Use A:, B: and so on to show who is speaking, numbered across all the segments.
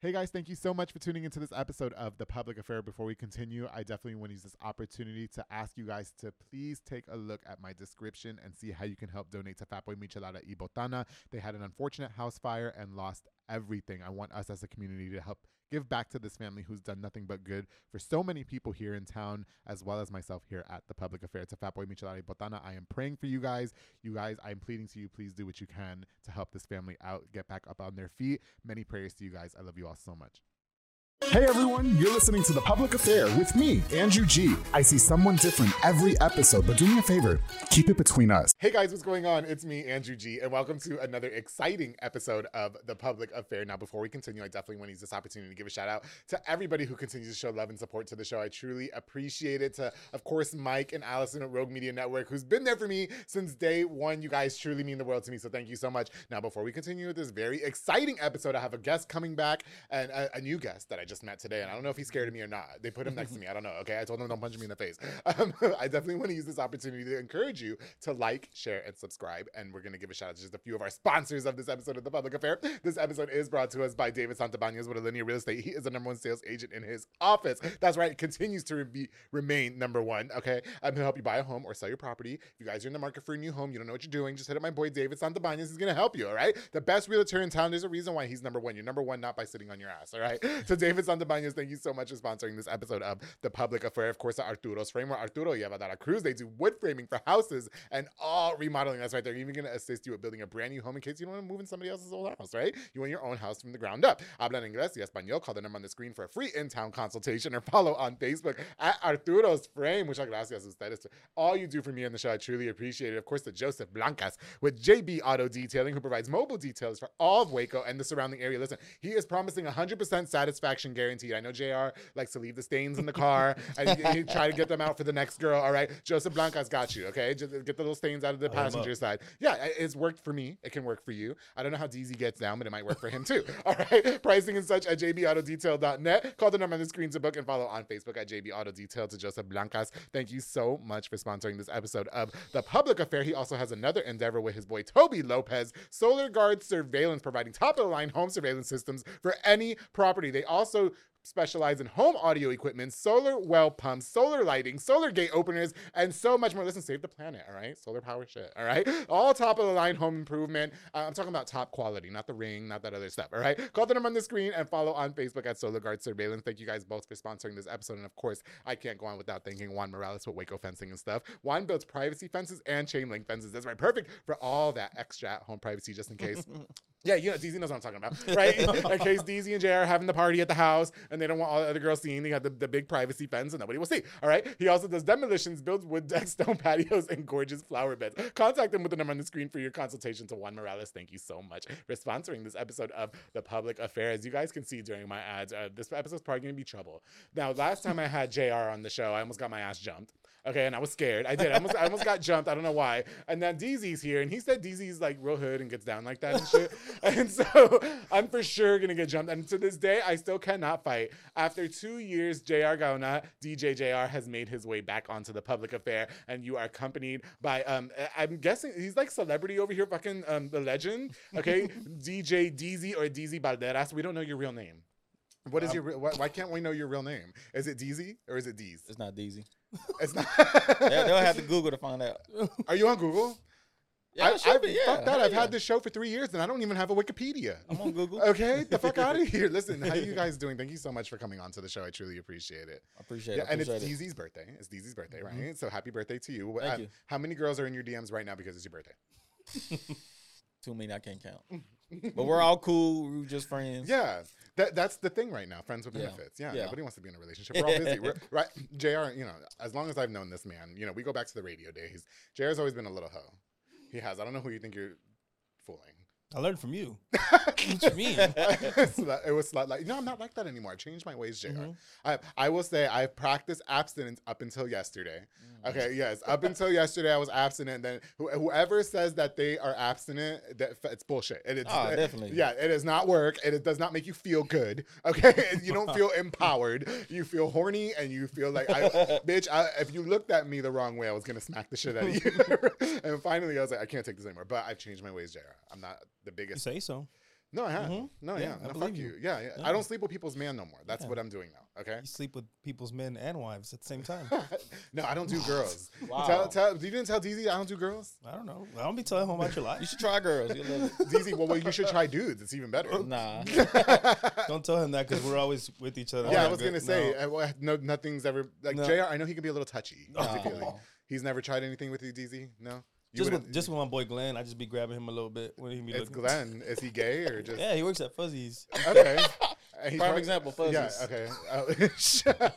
A: Hey guys, thank you so much for tuning into this episode of The Public Affair. Before we continue, I definitely want to use this opportunity to ask you guys to please take a look at my description and see how you can help donate to Fatboy Michelada y Botana. They had an unfortunate house fire and lost everything. I want us as a community to help give back to this family who's done nothing but good for so many people here in town, as well as myself here at the Public Affair. To Fatboy Michelada y Botana, I am praying for you guys. You guys, I am pleading to you, please do what you can to help this family out, get back up on their feet. Many prayers to you guys. I love you all so much.
B: Hey everyone, you're listening to The Public Affair with me, Andrew G. I see someone different every episode, but do me a favor, keep it between us.
A: Hey guys, what's going on? It's me, Andrew G, and welcome to another exciting episode of The Public Affair. Now, before we continue, I definitely want to use this opportunity to give a shout out to everybody who continues to show love and support to the show. I truly appreciate it. To, of course, Mike and Allison at Rogue Media Network, who's been there for me since day one. You guys truly mean the world to me, so thank you so much. Now, before we continue with this very exciting episode, I have a guest coming back and uh, a, a new guest that I I just met today, and I don't know if he scared of me or not. They put him next to me. I don't know. Okay, I told him don't punch me in the face. Um, I definitely want to use this opportunity to encourage you to like, share, and subscribe. And we're gonna give a shout out to just a few of our sponsors of this episode of the Public Affair. This episode is brought to us by David Santabanas with Alinea Real Estate. He is the number one sales agent in his office. That's right. It continues to be remain number one. Okay, I'm gonna help you buy a home or sell your property. If you guys are in the market for a new home, you don't know what you're doing. Just hit up my boy David Santabanas. He's gonna help you. All right. The best realtor in town. There's a reason why he's number one. You're number one not by sitting on your ass. All right. So David David Santabanas, thank you so much for sponsoring this episode of The Public Affair. Of course, Arturo's Framework, Arturo Yavadara Cruz. They do wood framing for houses and all remodeling. That's right. They're even going to assist you with building a brand new home in case you don't want to move in somebody else's old house, right? You want your own house from the ground up. Hablan inglés y español. Call the number on the screen for a free in-town consultation or follow on Facebook at Arturo's Frame. Muchas gracias ustedes. All you do for me on the show, I truly appreciate it. Of course, the Joseph Blancas with JB Auto Detailing, who provides mobile details for all of Waco and the surrounding area. Listen, he is promising 100% satisfaction guaranteed. I know JR likes to leave the stains in the car and he, he try to get them out for the next girl. All right. Joseph Blanca's got you. Okay. Just get the little stains out of the passenger side. Yeah. it- It's worked for me. It can work for you. I don't know how DZ gets down, but it might work for him too. All right. Pricing and such at jbautodetail.net. Call the number on the screen to book and follow on Facebook at JB Auto Detail to Joseph Blancas. Thank you so much for sponsoring this episode of The Public Affair. He also has another endeavor with his boy Toby Lopez, Solar Guard Surveillance, providing top of the line home surveillance systems for any property. They also specialize in home audio equipment, solar well pumps, solar lighting, solar gate openers, and so much more. Listen, save the planet, all right? Solar power shit, all right? All top of the line home improvement. Uh, I'm talking about top quality, not the ring, not that other stuff, all right? Call the number on the screen and follow on Facebook at Solar Guard Surveillance. Thank you guys both for sponsoring this episode. And of course, I can't go on without thanking Juan Morales with Waco Fencing and stuff. Juan builds privacy fences and chain link fences. That's right, perfect for all that extra at home privacy just in case. Yeah, you know, DZ knows what I'm talking about, right? In case DZ and JR are having the party at the house and they don't want all the other girls seeing, they got the, the big privacy fence and nobody will see. All right. He also does demolitions, builds wood decks, stone patios, and gorgeous flower beds. Contact him with the number on the screen for your consultation to Juan Morales. Thank you so much for sponsoring this episode of The Public Affair. As you guys can see during my ads, uh, this episode's probably going to be trouble. Now, last time I had JR on the show, I almost got my ass jumped. Okay, and I was scared. I did. I almost, I almost got jumped. I don't know why. And then DZ's here, and he said DZ's like real hood and gets down like that and shit. and so I'm for sure gonna get jumped. And to this day, I still cannot fight. After two years, JR Gaona, DJ JR, has made his way back onto the public affair, and you are accompanied by um, I- I'm guessing he's like celebrity over here, fucking um, the legend. Okay, DJ DZ or DZ Balderas. We don't know your real name. What is your? re- Why, why can't we know your real name? Is it DZ or is it Deez?
C: It's not DZ.
A: It's not.
C: They'll, they'll have to Google to find out.
A: Are you on Google? I,
C: it should
A: I've,
C: be, yeah,
A: fuck that.
C: hell
A: I've
C: yeah.
A: had this show for three years and I don't even have a Wikipedia.
C: I'm on Google.
A: Okay, the fuck out of here. Listen, how you guys doing? Thank you so much for coming on to the show. I truly appreciate it.
C: I appreciate
A: yeah,
C: it. I
A: and it's
C: appreciate it. Mm-hmm.
A: DZ's birthday. It's DZ's birthday, right? So happy birthday to you. Uh,
C: Thank you.
A: How many girls are in your DMs right now because it's your birthday?
C: Too many I can't count. but we're all cool. We're just friends.
A: Yeah, that that's the thing right now. Friends with
C: Yeah.
A: benefits. Yeah,
C: Yeah.
A: nobody wants to be in a relationship. We're all busy. We're, right, Jr. You know, as long as I've known this man, you know, we go back to the radio days. Jr's always been a little hoe. He has. I don't know who you think you're fooling.
D: I learned from you. what you mean?
A: Slut- it was slut like no, I'm not like that anymore. I changed my ways, junior I I will say I practiced abstinence up until yesterday. Okay, yes, up until yesterday I was abstinent. Then who whoever says that they are abstinent, that f- it's bullshit. And it's,
C: Oh,
A: it-
C: definitely.
A: Yeah, it does not work, and it does not make you feel good. Okay, And you don't feel empowered. You feel horny, and you feel like, I, bitch, I, if you looked at me the wrong way, I was gonna smack the shit out of you. and finally, I was like, I can't take this anymore. But I've changed my ways, Jr. I'm not the
D: You
A: biggest
D: say so.
A: no, I have.
D: Mhm.
A: No, yeah.
D: Yeah, I
A: No, fuck
D: believe
A: you.
D: you.
A: Yeah, yeah. I
D: Yeah.
A: don't sleep with people's man no more. That's what I'm doing now. Okay.
D: You sleep with people's men and wives at the same time.
A: no, I don't do girls.
C: Wow.
A: Tell, tell, you didn't tell DZ I don't do girls.
D: I don't know. I don't be telling him about your
C: You
D: life.
C: should try girls. You'll love it.
A: DZ, well, well, you should try dudes. It's even better.
C: Nah.
D: Don't tell him that because we're always with each other.
A: yeah, I
D: Like,
A: was gonna
D: no.
A: say uh, well, no, nothing's ever like
D: No.
A: Jr. I know he can be a little touchy. physically.
C: No.
A: He's never tried anything with you, DZ. No. You
D: just
A: wouldn't-
D: with, just with my boy Glenn, I just be grabbing him a little bit when he be
A: it's
D: looking.
A: Glenn. Is he gay or just
D: Yeah, he works at Fuzzy's.
A: okay? And he
C: Prime
A: probably-
C: example,
A: Yeah.
C: fuzzies.
A: Okay. Uh,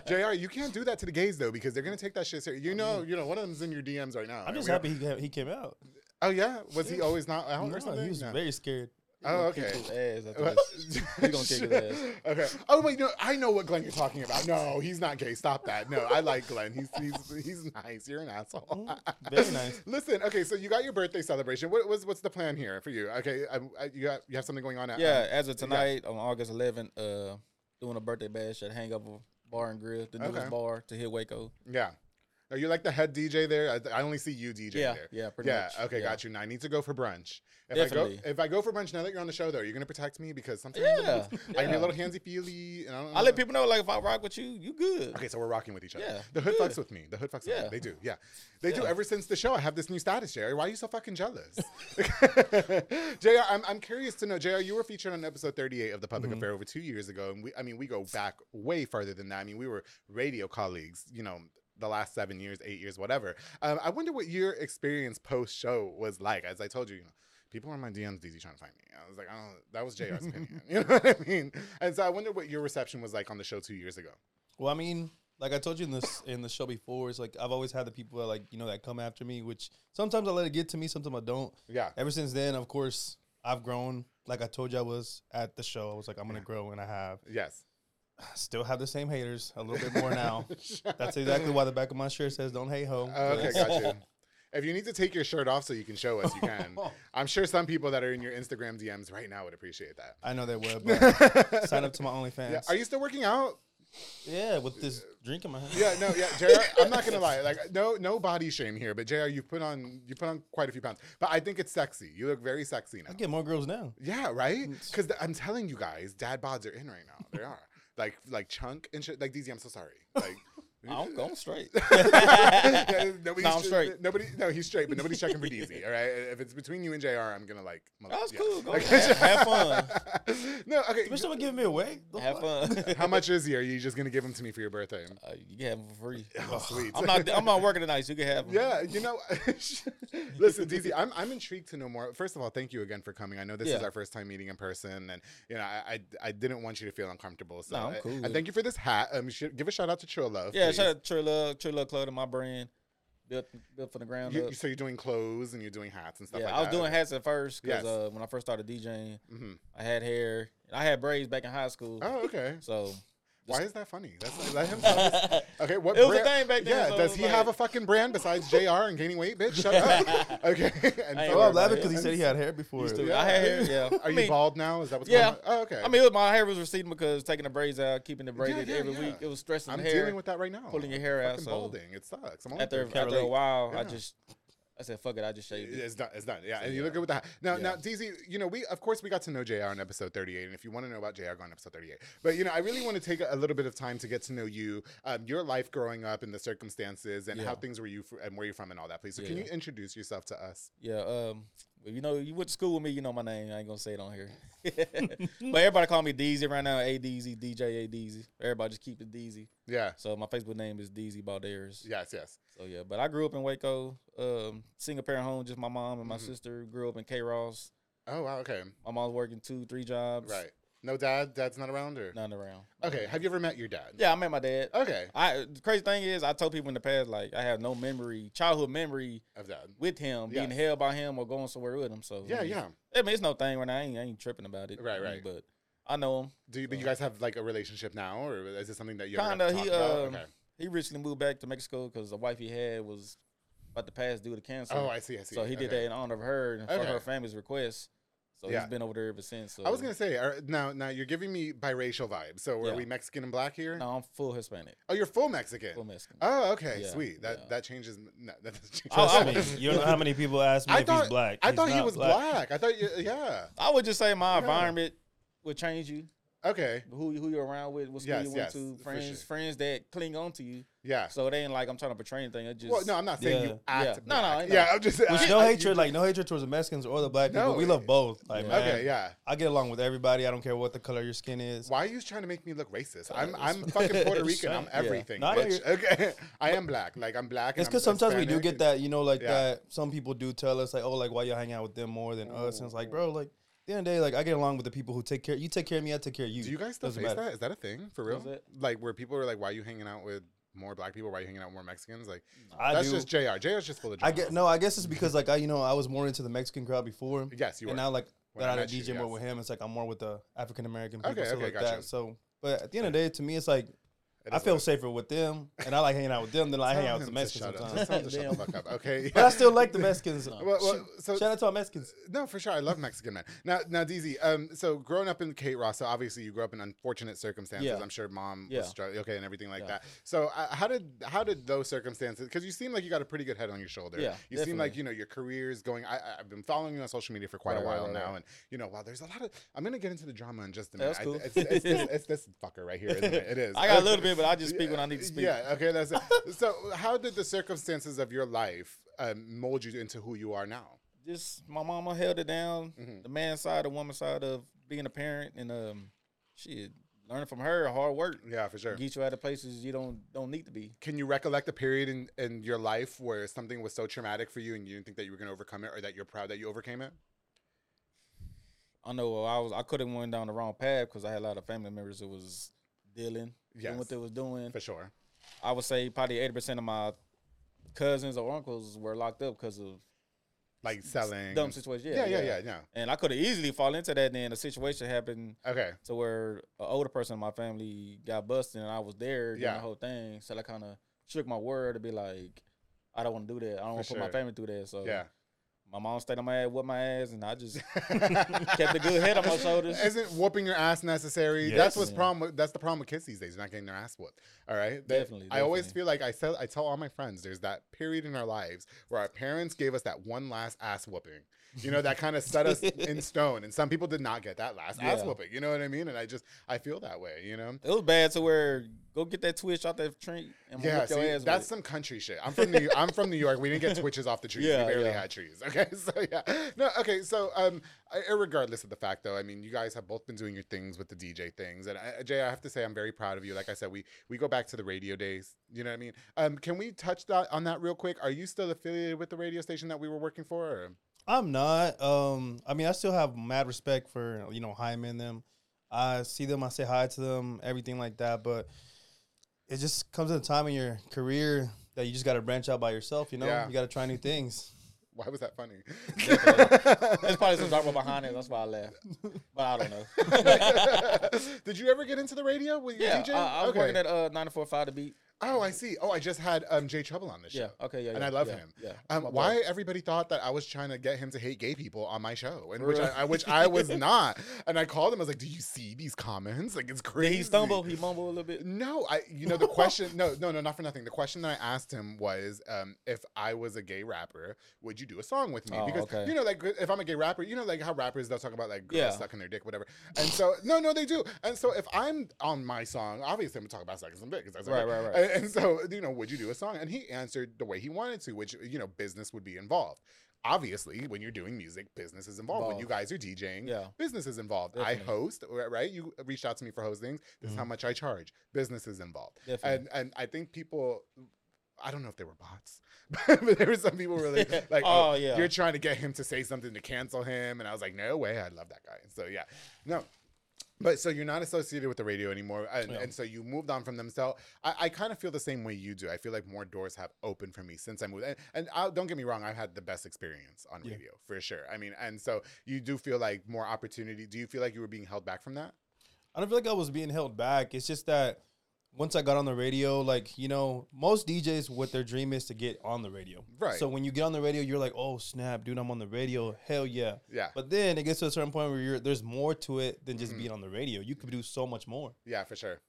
A: Jr. You can't do that to the gays though because they're gonna take that shit serious. You know. You know. One of them's in your DMs right now.
D: I'm
A: and
D: just
A: we-
D: happy he ca- he came out.
A: Oh yeah, was he always not out
D: No,
A: or something?
D: he was
A: No.
D: very scared.
A: oh
C: Kick
A: okay.
C: his ass after
A: What?
C: this. He gonna kick his ass.
A: okay. Oh wait, no, I know what Glenn you're talking about. No, he's not gay. Stop that. No, I like Glenn. He's he's, he's nice. You're an asshole.
D: Mm-hmm. Very nice.
A: Listen, okay, so you got your birthday celebration. What was what's the plan here for you? Okay, I, I, you got you have something going on. At, um,
C: Yeah, as of tonight on August 11th, uh, doing a birthday bash at Hangover Bar and Grill, the newest
A: Okay.
C: bar to hit Waco.
A: Yeah. Are you like the head DJ there? I, I only see you DJ
C: Yeah,
A: there.
C: yeah, pretty much,
A: Okay,
C: yeah.
A: got you. Now I need to go for brunch. If I go
C: Definitely.
A: if I go for brunch now that you're on the show though, you're gonna protect me because sometimes
C: Yeah,
A: I can be a
C: yeah.
A: little handsy feely and I don't
C: I
A: know.
C: let people know like if I rock with you, you good.
A: Okay, so we're rocking with each other.
C: Yeah,
A: the hood
C: good.
A: fucks with me. The hood fucks
C: Yeah.
A: with me. They do. Yeah. They do.
C: Yeah.
A: Ever since the show, I have this new status, JR. Why are you so fucking jealous? JR, I'm, I'm curious to know, JR, you were featured on episode 38 of The Public
C: Mm-hmm.
A: Affair over two years ago. And we, I mean, we go back way farther than that. I mean, we were radio colleagues, you know, the last seven years, eight years, whatever. Um, I wonder what your experience post show was like. As I told you, you know, people were in my DMs, DZ trying to find me. I was like, I don't, that was JR's opinion. You know what I mean? And so I wonder what your reception was like on the show two years ago.
D: Well, I mean, like I told you in this in the show before, it's like I've always had the people that like you know that come after me, which sometimes I let it get to me, sometimes I don't.
A: Yeah.
D: Ever since then, of course, I've grown. Like I told you, I was at the show. I was like, I'm gonna grow, and I have.
A: Yes.
D: I still have the same haters, a little bit more now. That's exactly why the back of my shirt says "Don't hate ho."
A: Oh, Okay, gotcha. If you need to take your shirt off so you can show us, you can. I'm sure some people that are in your Instagram DMs right now would appreciate that.
D: I know they would, but sign up to my OnlyFans.
A: Yeah, are you still working out?
D: Yeah, with this drink in my hand.
A: Yeah, no, yeah, JR, I'm not gonna lie. Like no no body shame here, but JR, you put on you put on quite a few pounds. But I think it's sexy. You look very sexy now.
D: I get Mm. more girls now.
A: Yeah, right? Because I'm telling you guys, dad bods are in right now. They are. Like like chunk and shit. Like DZ, I'm so sorry. Like
C: Oh, I'm going straight.
A: Yeah, nobody's
C: No, I'm straight.
A: Nobody, no, he's straight, but nobody's checking for DZ. All right, if it's between you and Jr., I'm gonna like. mother-
C: That's
A: yeah.
C: Oh, cool. Go
A: Like,
C: have, have fun.
A: no, okay.
D: Bitch, someone giving me away. The
C: Have
D: fuck?
C: fun.
A: How much is he? Are you just gonna give him to me for your birthday?
C: Uh, you can have them for free.
A: Oh, sweet.
C: I'm not. I'm not working tonight. So you can have them.
A: Yeah, you know, listen, DZ, I'm, I'm intrigued to know more. First of all, thank you again for coming. I know this is
C: Yeah.
A: our first time meeting in person, and you know, I I, I didn't want you to feel uncomfortable. So,
C: No, I'm
A: I-
C: cool.
A: and thank you for this hat. Um, sh- give a shout out to Trill Love.
C: Yeah.
A: please.
C: Shout out True Love. True Love Clothing, my brand, built built from the ground
A: You-
C: up.
A: so you're doing clothes and you're doing hats and stuff.
C: yeah,
A: like
C: I was
A: that.
C: doing hats at first because
A: Yes. Mm-hmm.
C: uh, when I first started DJing, I had hair. I had braids back in high school.
A: Oh, okay.
C: So
A: Why is that funny? That's let him. tell us. Okay, what
C: It was a
A: brand-
C: thing back then,
A: Yeah,
C: so it
A: does
C: was
A: he have a
C: like-
A: fucking brand besides Jr. and gaining weight, bitch? Shut up. Okay. And
C: I ain't
A: so-
D: Oh, I'm
C: worried
D: laughing
C: Yeah.
D: because he said he had hair before.
C: still- I had hair. Yeah.
A: Are
C: I
A: you
C: mean,
A: bald now? Is that what's
C: Yeah.
A: going on? Oh, okay.
C: I mean, it was, my hair was receding because taking the braids out, keeping the
A: Yeah,
C: braided
A: yeah,
C: every
A: yeah.
C: week, it was stressing
A: I'm
C: the hair.
A: dealing with that right now.
C: pulling your hair out,
A: Fucking
C: so-
A: balding. It sucks. I'm only
C: after,
A: thirty.
C: after a while,
A: Yeah.
C: I just I said, fuck it, I just shaved it.
A: It's done. It's done. Yeah, and you look at what that. Now, now, DZ, you know, we of course we got to know Jr. on episode thirty-eight, and if you want to know about Jr. go on episode thirty-eight. But you know, I really want to take a, a little bit of time to get to know you, um, your life growing up, and the circumstances, and how things were you fr- and where you're from, and all that. Please, so can you introduce yourself to us?
C: Yeah, um, well, you know, you went to school with me, you know my name. I ain't gonna say it on here. but everybody call me DZ right now, A DZ, DJ A DZ. Everybody just keep it DZ.
A: Yeah.
C: So my Facebook name is DZ Balderas.
A: Yes. Yes.
C: So yeah, but I grew up in Waco, um, single parent home, just my mom and my
A: Mm-hmm.
C: sister. Grew up in K Ross.
A: Oh wow. Okay.
C: My mom's working two, three jobs.
A: Right. No dad. Dad's not around, or
C: None around.
A: okay. Have you ever met your dad?
C: Yeah, I met my dad.
A: Okay.
C: I the crazy thing is I told people in the past like I have no memory, childhood memory
A: Of dad.
C: with him, being
A: Yes.
C: held by him or going somewhere with him. So I
A: Yeah.
C: mean,
A: Yeah.
C: I mean it's no thing right now. I ain't, I ain't tripping about it.
A: Right,
C: I mean,
A: right.
C: But I know him.
A: Do you, do you guys have like a relationship now, or is it something that you ever have
C: Kinda.
A: to talk
C: He
A: about?
C: um
A: okay.
C: he recently moved back to Mexico because the wife he had was about to pass due to cancer.
A: Oh, I see. I see.
C: So he did
A: okay.
C: that in honor of her and for
A: Okay.
C: her family's request. So
A: Yeah.
C: he's been over there ever since. So
A: I was gonna say are, now. Now you're giving me biracial vibes. So are
C: Yeah.
A: we Mexican and black here?
C: no, I'm full Hispanic.
A: Oh, you're full Mexican.
C: Full Mexican.
A: Oh, okay,
C: Yeah,
A: sweet. That
C: yeah.
A: that changes. No, that doesn't change.
C: Oh, I
A: my-
C: mean,
E: You don't know how many people ask me
A: I
E: if
A: thought
E: he's black.
A: I
E: He's
A: thought he
E: not
A: was black. I thought you. Yeah.
C: I would just say my environment would change you.
A: Okay.
C: Who who you're around with, what school
A: Yes,
C: you went
A: yes,
C: to,
A: for
C: friends,
A: sure.
C: friends that cling on to you.
A: Yeah.
C: So it ain't like I'm trying to portray anything. It just
A: well, no, I'm not saying
D: Yeah,
A: you act.
C: yeah. No, no,
A: black.
C: I know.
A: Yeah, I'm just.
D: Which
A: I-
D: no
A: I-
D: hatred, like no hatred towards the Mexicans or the black people.
A: No,
D: we
A: it-
D: love both. Like, man,
A: Okay, yeah.
D: I get along with everybody. I don't care what the color of your skin is.
A: Why are you trying to make me look racist? I'm I'm fucking Puerto Rican. I'm everything.
D: No, I know
A: bitch.
D: you're-
A: Okay, I am black. Like I'm black. and
D: It's
A: I'm
D: because sometimes we do
A: Hispanic
D: get
A: and-
D: that, you know, like
A: Yeah.
D: that. Some people do tell us, like, oh, like why you hang out with them more than us? And it's like, bro, like at the end of the day, like I get along with the people who take care. You take care of me, I take care of you.
A: Do you guys still
D: Doesn't
A: face
D: matter.
A: that? Is that a thing for real?
C: Is it?
A: Like where people are like, "Why you hanging out with more black people? Why you hanging out with more Mexicans?" Like
D: I
A: that's
D: do.
A: just Jr. Jr's just full of.
D: I
A: Drama.
D: get no. I guess it's because like I, you know, I was more into the Mexican crowd before.
A: Yes, you
D: And
A: were.
D: now like
A: When I
D: that I
A: met you,
D: DJ more
A: yes.
D: with him, it's like I'm more with the African American people,
A: Okay,
D: stuff
A: okay,
D: like
A: gotcha.
D: that. So, but at the end of the day, to me, it's like
A: It
D: I
A: is
D: feel
A: what-
D: safer with them, and I like hanging out with them than I hang
A: Tell
D: out with the
A: him to shut
D: Mexicans
A: up.
D: sometimes.
A: Tell him to shut the fuck up. Okay.
D: but I still like the Mexicans.
A: Well, well,
D: Shoot.
A: so-
D: shout out to our Mexicans.
A: No, for sure. I love Mexican men. Now, now, DZ. Um, so growing up in Kate Ross, so obviously you grew up in unfortunate circumstances.
C: Yeah.
A: I'm sure mom
C: Yeah.
A: was str- okay and everything like
C: Yeah.
A: that. So uh, how did how did those circumstances? Because you seem like you got a pretty good head on your shoulder.
C: Yeah,
A: you seem like
C: definitely.
A: you know your career is going. I, I- I've been following you on social media for quite a
C: Right, right,
A: while
C: right,
A: now,
C: right.
A: and you know, wow, there's a lot of. I'm gonna get into the drama in just a minute.
C: That's
A: I-
C: cool.
A: it's, it's, this- it's this fucker right here, isn't it? It is.
C: I got a little bit, but I just speak when I need to speak.
A: Yeah, okay, that's it. so. How did the circumstances of your life um, mold you into who you are now?
C: Just my mama held it down,
A: Mm-hmm.
C: the man side, the woman side of being a parent and um shit. Learning from her, hard work.
A: Yeah, for sure.
C: Get you out of places you don't don't need to be.
A: Can you recollect a period in, in your life where something was so traumatic for you and you didn't think that you were going to overcome it or that you're proud that you overcame it?
C: I know I was I could have went down the wrong path because I had a lot of family members that was dealing, doing
A: Yes.
C: what they was doing.
A: For sure.
C: I would say probably eighty percent of my cousins or uncles were locked up because of
A: Like selling.
C: dumb situations.
A: Mm. Yeah, yeah, yeah, yeah.
C: And I could have easily fall into that. Then a situation happened
A: Okay.
C: to where an older person in my family got busted, and I was there during
A: Yeah.
C: the whole thing. So I kind of shook my word to be like, I don't want to do that. I don't want to put
A: sure.
C: my family through that. So
A: Yeah.
C: my mom stayed on my ass, whooped my ass, and I just kept a good head on my shoulders.
A: Isn't whooping your ass necessary?
E: Yes.
A: That's what's
C: Yeah.
A: problem. With, that's the problem with kids these days. They're not getting their ass whooped. All right. They-
C: Definitely,
A: I always
C: definitely.
A: feel like I tell I tell all my friends there's that period in our lives where our parents gave us that one last ass whooping. You know that kind of set us in stone. And some people did not get that last ass
C: Yeah.
A: whooping. You know what I mean? And I just I feel that way. You know.
C: It was bad to where go get that twitch out that tree and
A: Yeah,
C: whip your
A: see,
C: ass.
A: that's
C: with
A: some country shit. I'm from New I'm from New York. We didn't get twitches off the trees.
C: Yeah,
A: we barely
C: yeah.
A: had trees. Okay, so yeah, no, okay, so um, I- regardless of the fact though, I mean, you guys have both been doing your things with the DJ things, and I, Jay, I have to say, I'm very proud of you. Like I said, we we go back to the radio days. You know what I mean? Um, can we touch that on that real quick? Are you still affiliated with the radio station that we were working for? Or?
D: I'm not. Um, I mean, I still have mad respect for you know Haim and them. I see them, I say hi to them, everything like that. But it just comes at a time in your career that you just got to branch out by yourself. You know,
A: Yeah.
D: you got to try new things.
A: Why was that funny?
C: it. There's probably some drama behind it. That's why I laughed. But I don't know.
A: Did you ever get into the radio with your
C: yeah, uh,
A: DJ?
C: I, I was working at uh, 945 to beat.
A: Oh, I see. Oh, I just had um, Jay Trouble on this show.
C: Yeah. Okay. Yeah.
A: and
C: yeah,
A: I love
C: yeah,
A: him.
C: Yeah.
A: Um,
C: my boy.
A: why everybody thought that I was trying to get him to hate gay people on my show, and which I, I which I was not. And I called him. I was like, "Do you see these comments? Like, it's
C: Did
A: crazy."
C: he stumble? He mumbled a little bit.
A: No, I. You know the question. No, no, no, not for nothing. The question that I asked him was, um, if I was a gay rapper, would you do a song with me?
C: Oh,
A: because
C: okay.
A: you know, like, if I'm a gay rapper, you know, like how rappers they'll talk about like girls
C: Yeah.
A: sucking their dick, whatever. And so, no, no, they do. And so, if I'm on my song, obviously I'm gonna talk about sucking some dick because that's
C: Right,
A: okay.
C: right, right.
A: And, and so, you know, would you do a song? And he answered the way he wanted to, which you know, business would be involved. Obviously, when you're doing music, business is involved. When you guys are DJing,
C: Yeah.
A: business is involved. I
C: Definitely. Mm-hmm.
A: host, ri- right? You reached out to me for hostings. This is how much I charge. Business is involved. And
C: Definitely.
A: and I think people I don't know if they were bots, but there were some people really like, oh,
C: Oh, yeah.
A: you're trying to get him to say something to cancel him. And I was like, no way, I love that guy. So yeah, no. But so you're not associated with the radio anymore. uh, And, and so you moved on from them. So I, I kind of feel the same way you do. I feel like more doors have opened for me since I moved. And, and i don't get me wrong, I've had the best experience on radio for sure. I mean, and so you do feel like more opportunity. Do you feel like you were being held back from that?
D: I don't feel like I was being held back. It's just that once I got on the radio, like, you know, most DJs, what their dream is to get on the radio.
A: Right.
D: So when you get on the radio, you're like, oh, snap, dude, I'm on the radio. Hell yeah.
A: Yeah. Mm-hmm.
D: But then it gets to a certain point where you're, there's more to it than just being on the radio. You could do so much more.
A: Yeah, for sure.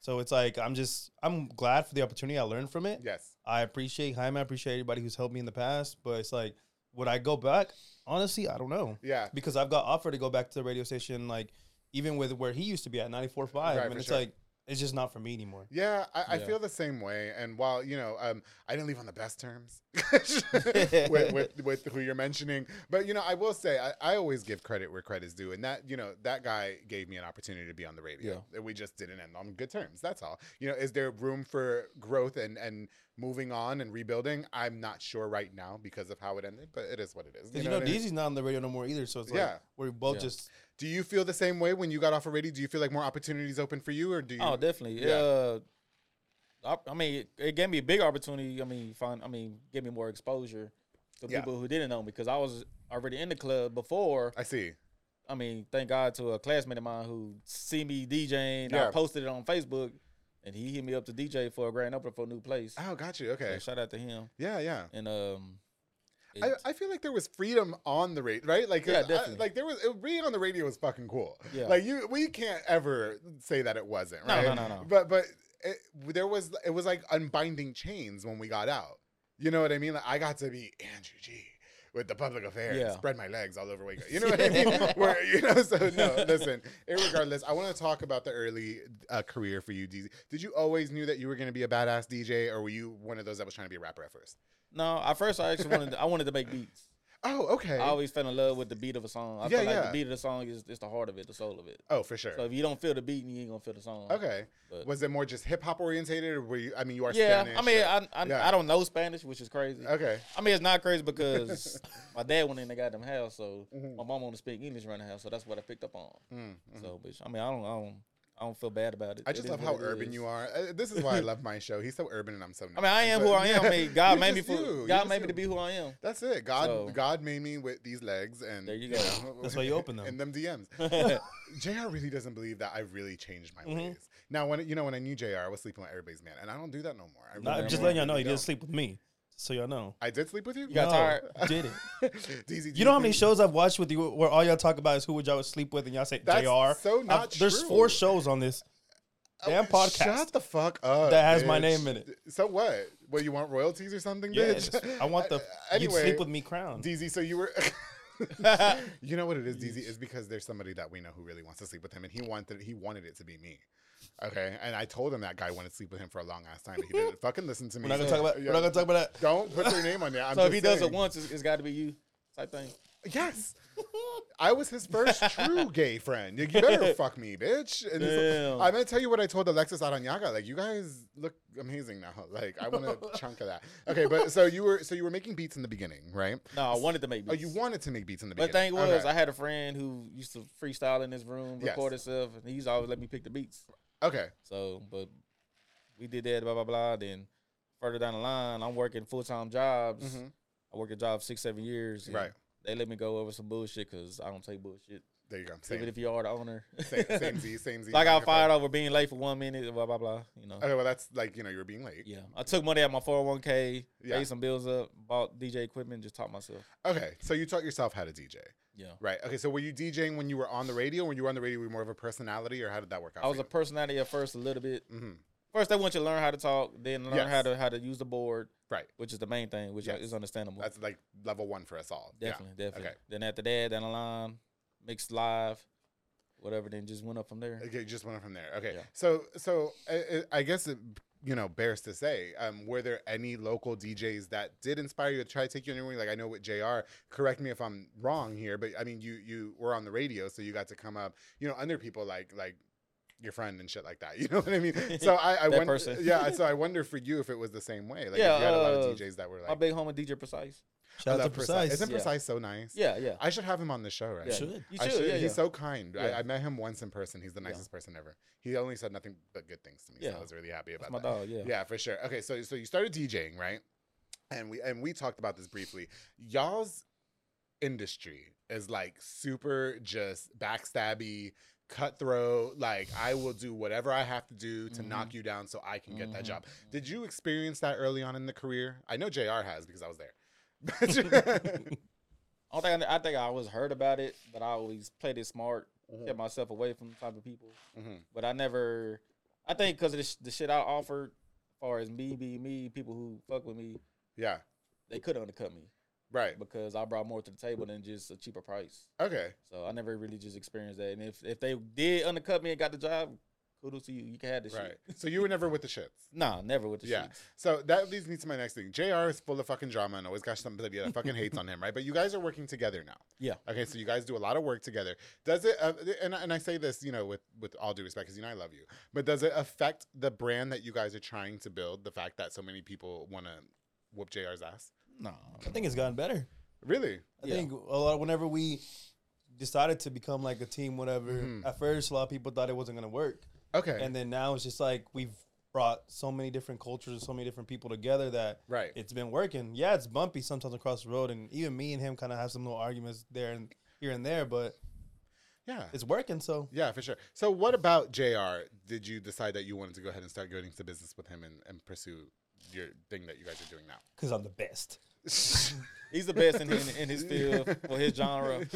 D: So it's like, I'm just, I'm glad for the opportunity. I learned from it.
A: Yes.
D: I appreciate Jaime. I appreciate everybody who's helped me in the past. But it's like, would I go back? Honestly, I don't know.
A: Yeah.
D: Because I've got offered to go back to the radio station, like even with where he used to be at 94.5.
A: Right, for
D: and it's
A: sure.
D: like, it's just not for me anymore.
A: Yeah, I, I
C: Yeah.
A: feel the same way. And while you know, um, I didn't leave on the best terms with, with with who you're mentioning, but you know, I will say I, I always give credit where credit's due, and that you know that guy gave me an opportunity to be on the radio. And We just didn't end on good terms. That's all. You know, is there room for growth and and moving on and rebuilding? I'm not sure right now because of how it ended, but it is what it is.
D: 'Cause you know,
A: what I mean?
D: DZ's not on the radio no more either. So it's like,
A: Yeah.
D: we're both
C: Yeah.
D: just,
A: do you feel the same way when you got off already? Do you feel like more opportunities open for you, or do you?
C: Oh, definitely.
A: Yeah.
C: Uh, I, I mean, it, it gave me a big opportunity. I mean, find. I mean, gave me more exposure to
A: Yeah.
C: people who didn't know me because I was already in the club before.
A: I see.
C: I mean, thank God to a classmate of mine who see me DJing.
A: Yeah.
C: I posted it on Facebook, and he hit me up to DJ for a grand opening for a new place.
A: Oh, got you.
C: So
A: Okay.
C: shout out to him.
A: Yeah, yeah.
C: And um, it,
A: I, I feel like there was freedom on the radio, right? Like, uh,
C: Yeah,
A: I-
C: definitely.
A: like there was it, being on the radio was fucking cool.
C: Yeah.
A: Like you, we can't ever say that it wasn't.
C: No,
A: Right?
C: no, no, no.
A: But but it, there was it was like unbinding chains when we got out. You know what I mean? Like I got to be Andrew G. With the public affairs,
C: Yeah.
A: spread my legs all over Waco. You know what I mean? Where you know, so no. Listen, irregardless, I want to talk about the early uh, career for you, DZ. Did you always knew that you were going to be a badass DJ, or were you one of those that was trying to be a rapper at first?
C: no, I first I actually wanted to, I wanted to make beats.
A: Oh, okay.
C: I always fell in love with the beat of a song. I
A: Yeah,
C: feel like
A: yeah.
C: the beat of the song is, is the heart of it, the soul of it.
A: oh, for sure.
C: So if you don't feel the beat, you ain't gonna feel the song.
A: Okay.
C: But-
A: was it more just hip hop orientated, or were you? I mean, you are
C: Yeah,
A: Spanish.
C: I mean,
A: but-
C: I I,
A: Yeah.
C: I don't know Spanish, which is crazy.
A: okay.
C: I mean, it's not crazy because my dad went in the goddamn house, so
A: Mm-hmm.
C: my mom wanted to speak English around the house, so that's what I picked up on. So, bitch, I mean, I don't, I don't, I don't feel bad about it.
A: I just love how urban you are. Uh, This is why I love my show. He's so urban, and I'm so.
C: I mean, I am who I am. I mean, God made me for God made me to
A: be.
C: be who I am.
A: That's it. God,
C: So-
A: God made me with these legs, and
C: There you go.
A: know,
D: That's why you open them.
A: and them DMs. Jr. really doesn't believe that I really changed my
C: Mm-hmm.
A: ways. Now, when you know, when I knew Jr., I was sleeping with everybody's man, and I don't do that no more. I
D: not,
A: really
D: just
A: don't.
D: letting y'all know, you
A: Don't.
D: didn't sleep with me. So y'all know.
A: I did sleep with you. You
C: got tired?
D: Did it.
A: DZ,
D: You know how many shows I've watched with you where all y'all talk about is who would y'all sleep with and y'all say
A: That's
D: JR.
A: so
D: I've-
A: not
D: There's
A: true.
D: four shows on this damn podcast.
A: Shut the fuck up.
D: That has my
A: bitch.
D: name in it.
A: So what? Well, you want royalties or something,
D: Yeah,
A: bitch?
D: just- I want the you
A: anyway,
D: sleep with me crown.
A: DZ, so you were. you know what it is, DZ, is because there's somebody that we know who really wants to sleep with him, and he wanted he wanted it to be me. Okay, and I told him that guy wanted to sleep with him for a long ass time, but he didn't fucking listen to me.
D: We're not gonna talk about. We're not gonna talk about that.
A: Don't put their name on there. I'm
C: So if
A: just
C: he does it
A: saying.
C: once, it's, it's got to be you type thing.
A: Yes. I was his first true gay friend. You better fuck me, bitch. And it's-
C: Damn.
A: I'm gonna tell you what I told Alexis Aranyaga. Like, you guys look amazing now. Like, I want a chunk of that. Okay, but so you were so you were making beats in the beginning, right?
C: No, I wanted to make
A: Oh,
C: beats.
A: you wanted to make beats in the
C: But
A: beginning.
C: the thing was,
A: okay.
C: I had a friend who used to freestyle in his room,
A: Yes.
C: record himself, and he's always let me pick the beats.
A: okay,
C: So, but we did that, blah blah blah. Then further down the line, I'm working full time jobs. I work a job six seven years. and
A: Mm-hmm. Right.
C: They let me go over some bullshit because I don't take bullshit.
A: There you go.
C: Even
A: Same.
C: if you are the owner.
A: Same, same Z, same Z.
C: So I got
A: Okay,
C: fired over being late for one minute, blah blah blah. You know.
A: Okay, well, that's like, you know, you were being late.
C: Yeah, I took money out my four hundred one k,
A: Yeah.
C: paid some bills up, bought DJ equipment, just taught myself.
A: Okay, so you taught yourself how to DJ,
C: Yeah,
A: right? Okay, so were you DJing when you were on the radio? When you were on the radio, were you more of a personality, or how did that work out?
C: I was a personality at first a little bit.
A: Mhm.
C: First, they want you to learn how to talk, then learn how
A: Yes.
C: to how to use the board,
A: right.
C: which is the main thing, which
A: Yes.
C: is understandable.
A: That's like level one for us all. Yeah.
C: definitely, definitely.
A: Okay.
C: Then after that, down the line, mixed live, whatever. Then just went up from there.
A: Okay, just went from there. Okay,
C: Yeah.
A: so so I, I I guess it, you know bears to say, um, were there any local DJs that did inspire you to try to take you anywhere? Like I know with Jr. Correct me if I'm wrong here, but I mean you you were on the radio, so you got to come up, you know, under people like like your friend and shit like that. You know what I mean? So I, I
C: That
A: wonder,
C: person.
A: yeah. So I wonder for you if it was the same way. Like
C: Yeah,
A: if you had a lot
C: uh,
A: of DJs that were like,
C: My big homie DJ Precise.
A: I
D: Shout out to
A: love
D: Precise.
A: Isn't
C: Yeah.
A: Precise so nice?
C: Yeah, yeah.
A: I should have him on the show, right?
C: yeah.
E: should.
C: You
A: I
C: should. Yeah,
A: He's
C: yeah.
A: so kind. I,
C: Yeah.
A: I met him once in person. He's the
C: Yeah.
A: nicest person ever. He only said nothing but good things to me. So
C: Yeah.
A: I was really happy about
C: That's my
A: that.
C: dog. Yeah.
A: Yeah. for sure. Okay, so so you started DJing, right? And we and we talked about this briefly. Y'all's industry is like super just backstabby, cutthroat. Like I will do whatever I have to do
C: Mm-hmm.
A: to knock you down so I can get that job. Did you experience that early on in the career? I know Jr. has because I was there. But-
C: I don't think I, I think I always heard about it, but I always played it smart, kept myself away from the type of people.
A: Mhm.
C: But I never, I think because of the, sh- the shit I offered, as far as me being me, people who fuck with me,
A: yeah,
C: they could undercut me
A: right.
C: because I brought more to the table than just a cheaper price.
A: Okay.
C: So I never really just experienced that. And if if they did undercut me and got the job, kudos to you. You can have this
A: Right.
C: shit.
A: So you were never with the shits.
C: Nah, never with the
A: Yeah.
C: shit.
A: So that leads me to my next thing. JR is full of fucking drama and always got somebody that fucking hates on him, right? But you guys are working together now.
C: Yeah.
A: Okay, so you guys do a lot of work together. Does it? Uh, and and I say this, you know, with with all due respect, because you know I love you. But does it affect the brand that you guys are trying to build? The fact that so many people want to whoop JR's ass.
C: Nah.
D: I think it's gotten better.
A: Really?
D: I
C: Yeah.
D: think a lot, whenever we decided to become like a team, whatever,
A: Mm-hmm.
D: at first a lot of people thought it wasn't going to work.
A: Okay.
D: And then now it's just like we've brought so many different cultures and so many different people together that
A: Right.
D: it's been working. Yeah, it's bumpy sometimes across the road. And even me and him kind of have some little arguments there and here and there, but
A: yeah.
D: it's working. So
A: Yeah, for sure. So what about JR? Did you decide that you wanted to go ahead and start getting into business with him and, and pursue your thing that you guys are doing now?
D: because I'm the best.
C: He's the best in, in, in his field for his genre.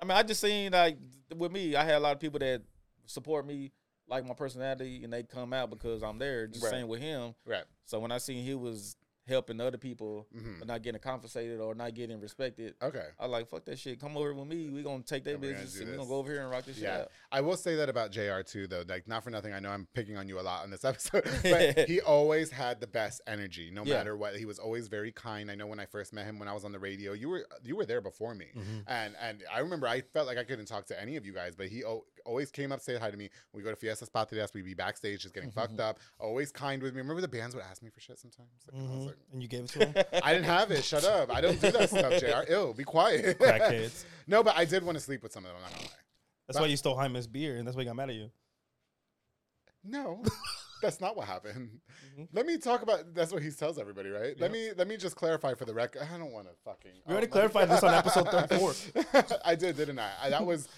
C: I mean, I just seen like with me, I had a lot of people that support me, like my personality, and they come out because I'm there. Just
A: Right.
C: same with him.
A: Right.
C: So when I seen he was helping other people,
A: Mm-hmm.
C: but not getting compensated or not getting respected,
A: Okay.
C: I like fuck that shit. Come over with me. We gonna take their
A: And we're gonna do
C: business. and We gonna
A: this.
C: go over here and rock this
A: Yeah.
C: shit out.
A: I will say that about JR too, though. Like, not for nothing. I know I'm picking on you a lot on this episode, but he always had the best energy, no
C: Yeah.
A: matter what. He was always very kind. I know when I first met him, when I was on the radio, you were you were there before me, and and I remember I felt like I couldn't talk to any of you guys, but he al- always came up, said hi to me. We go to Fiesta Spatidas, we'd be backstage, just getting fucked up. Always kind with me. Remember the bands would ask me for shit sometimes. Like, I was like,
D: And you gave it to him?
A: I didn't have it. Shut up. I don't do that stuff, JR. Ew, be quiet.
D: Crackheads.
A: no, but I did want to sleep with some of them. I'm not gonna lie.
D: That's why you stole Jaime's beer and that's why he got mad at you.
A: No, that's not what happened. Let me talk about. That's what he tells everybody, right? Let me let me just clarify for the record. I don't want to fucking. oh,
D: We already clarified this on episode 34.
A: I did, didn't I? I? That was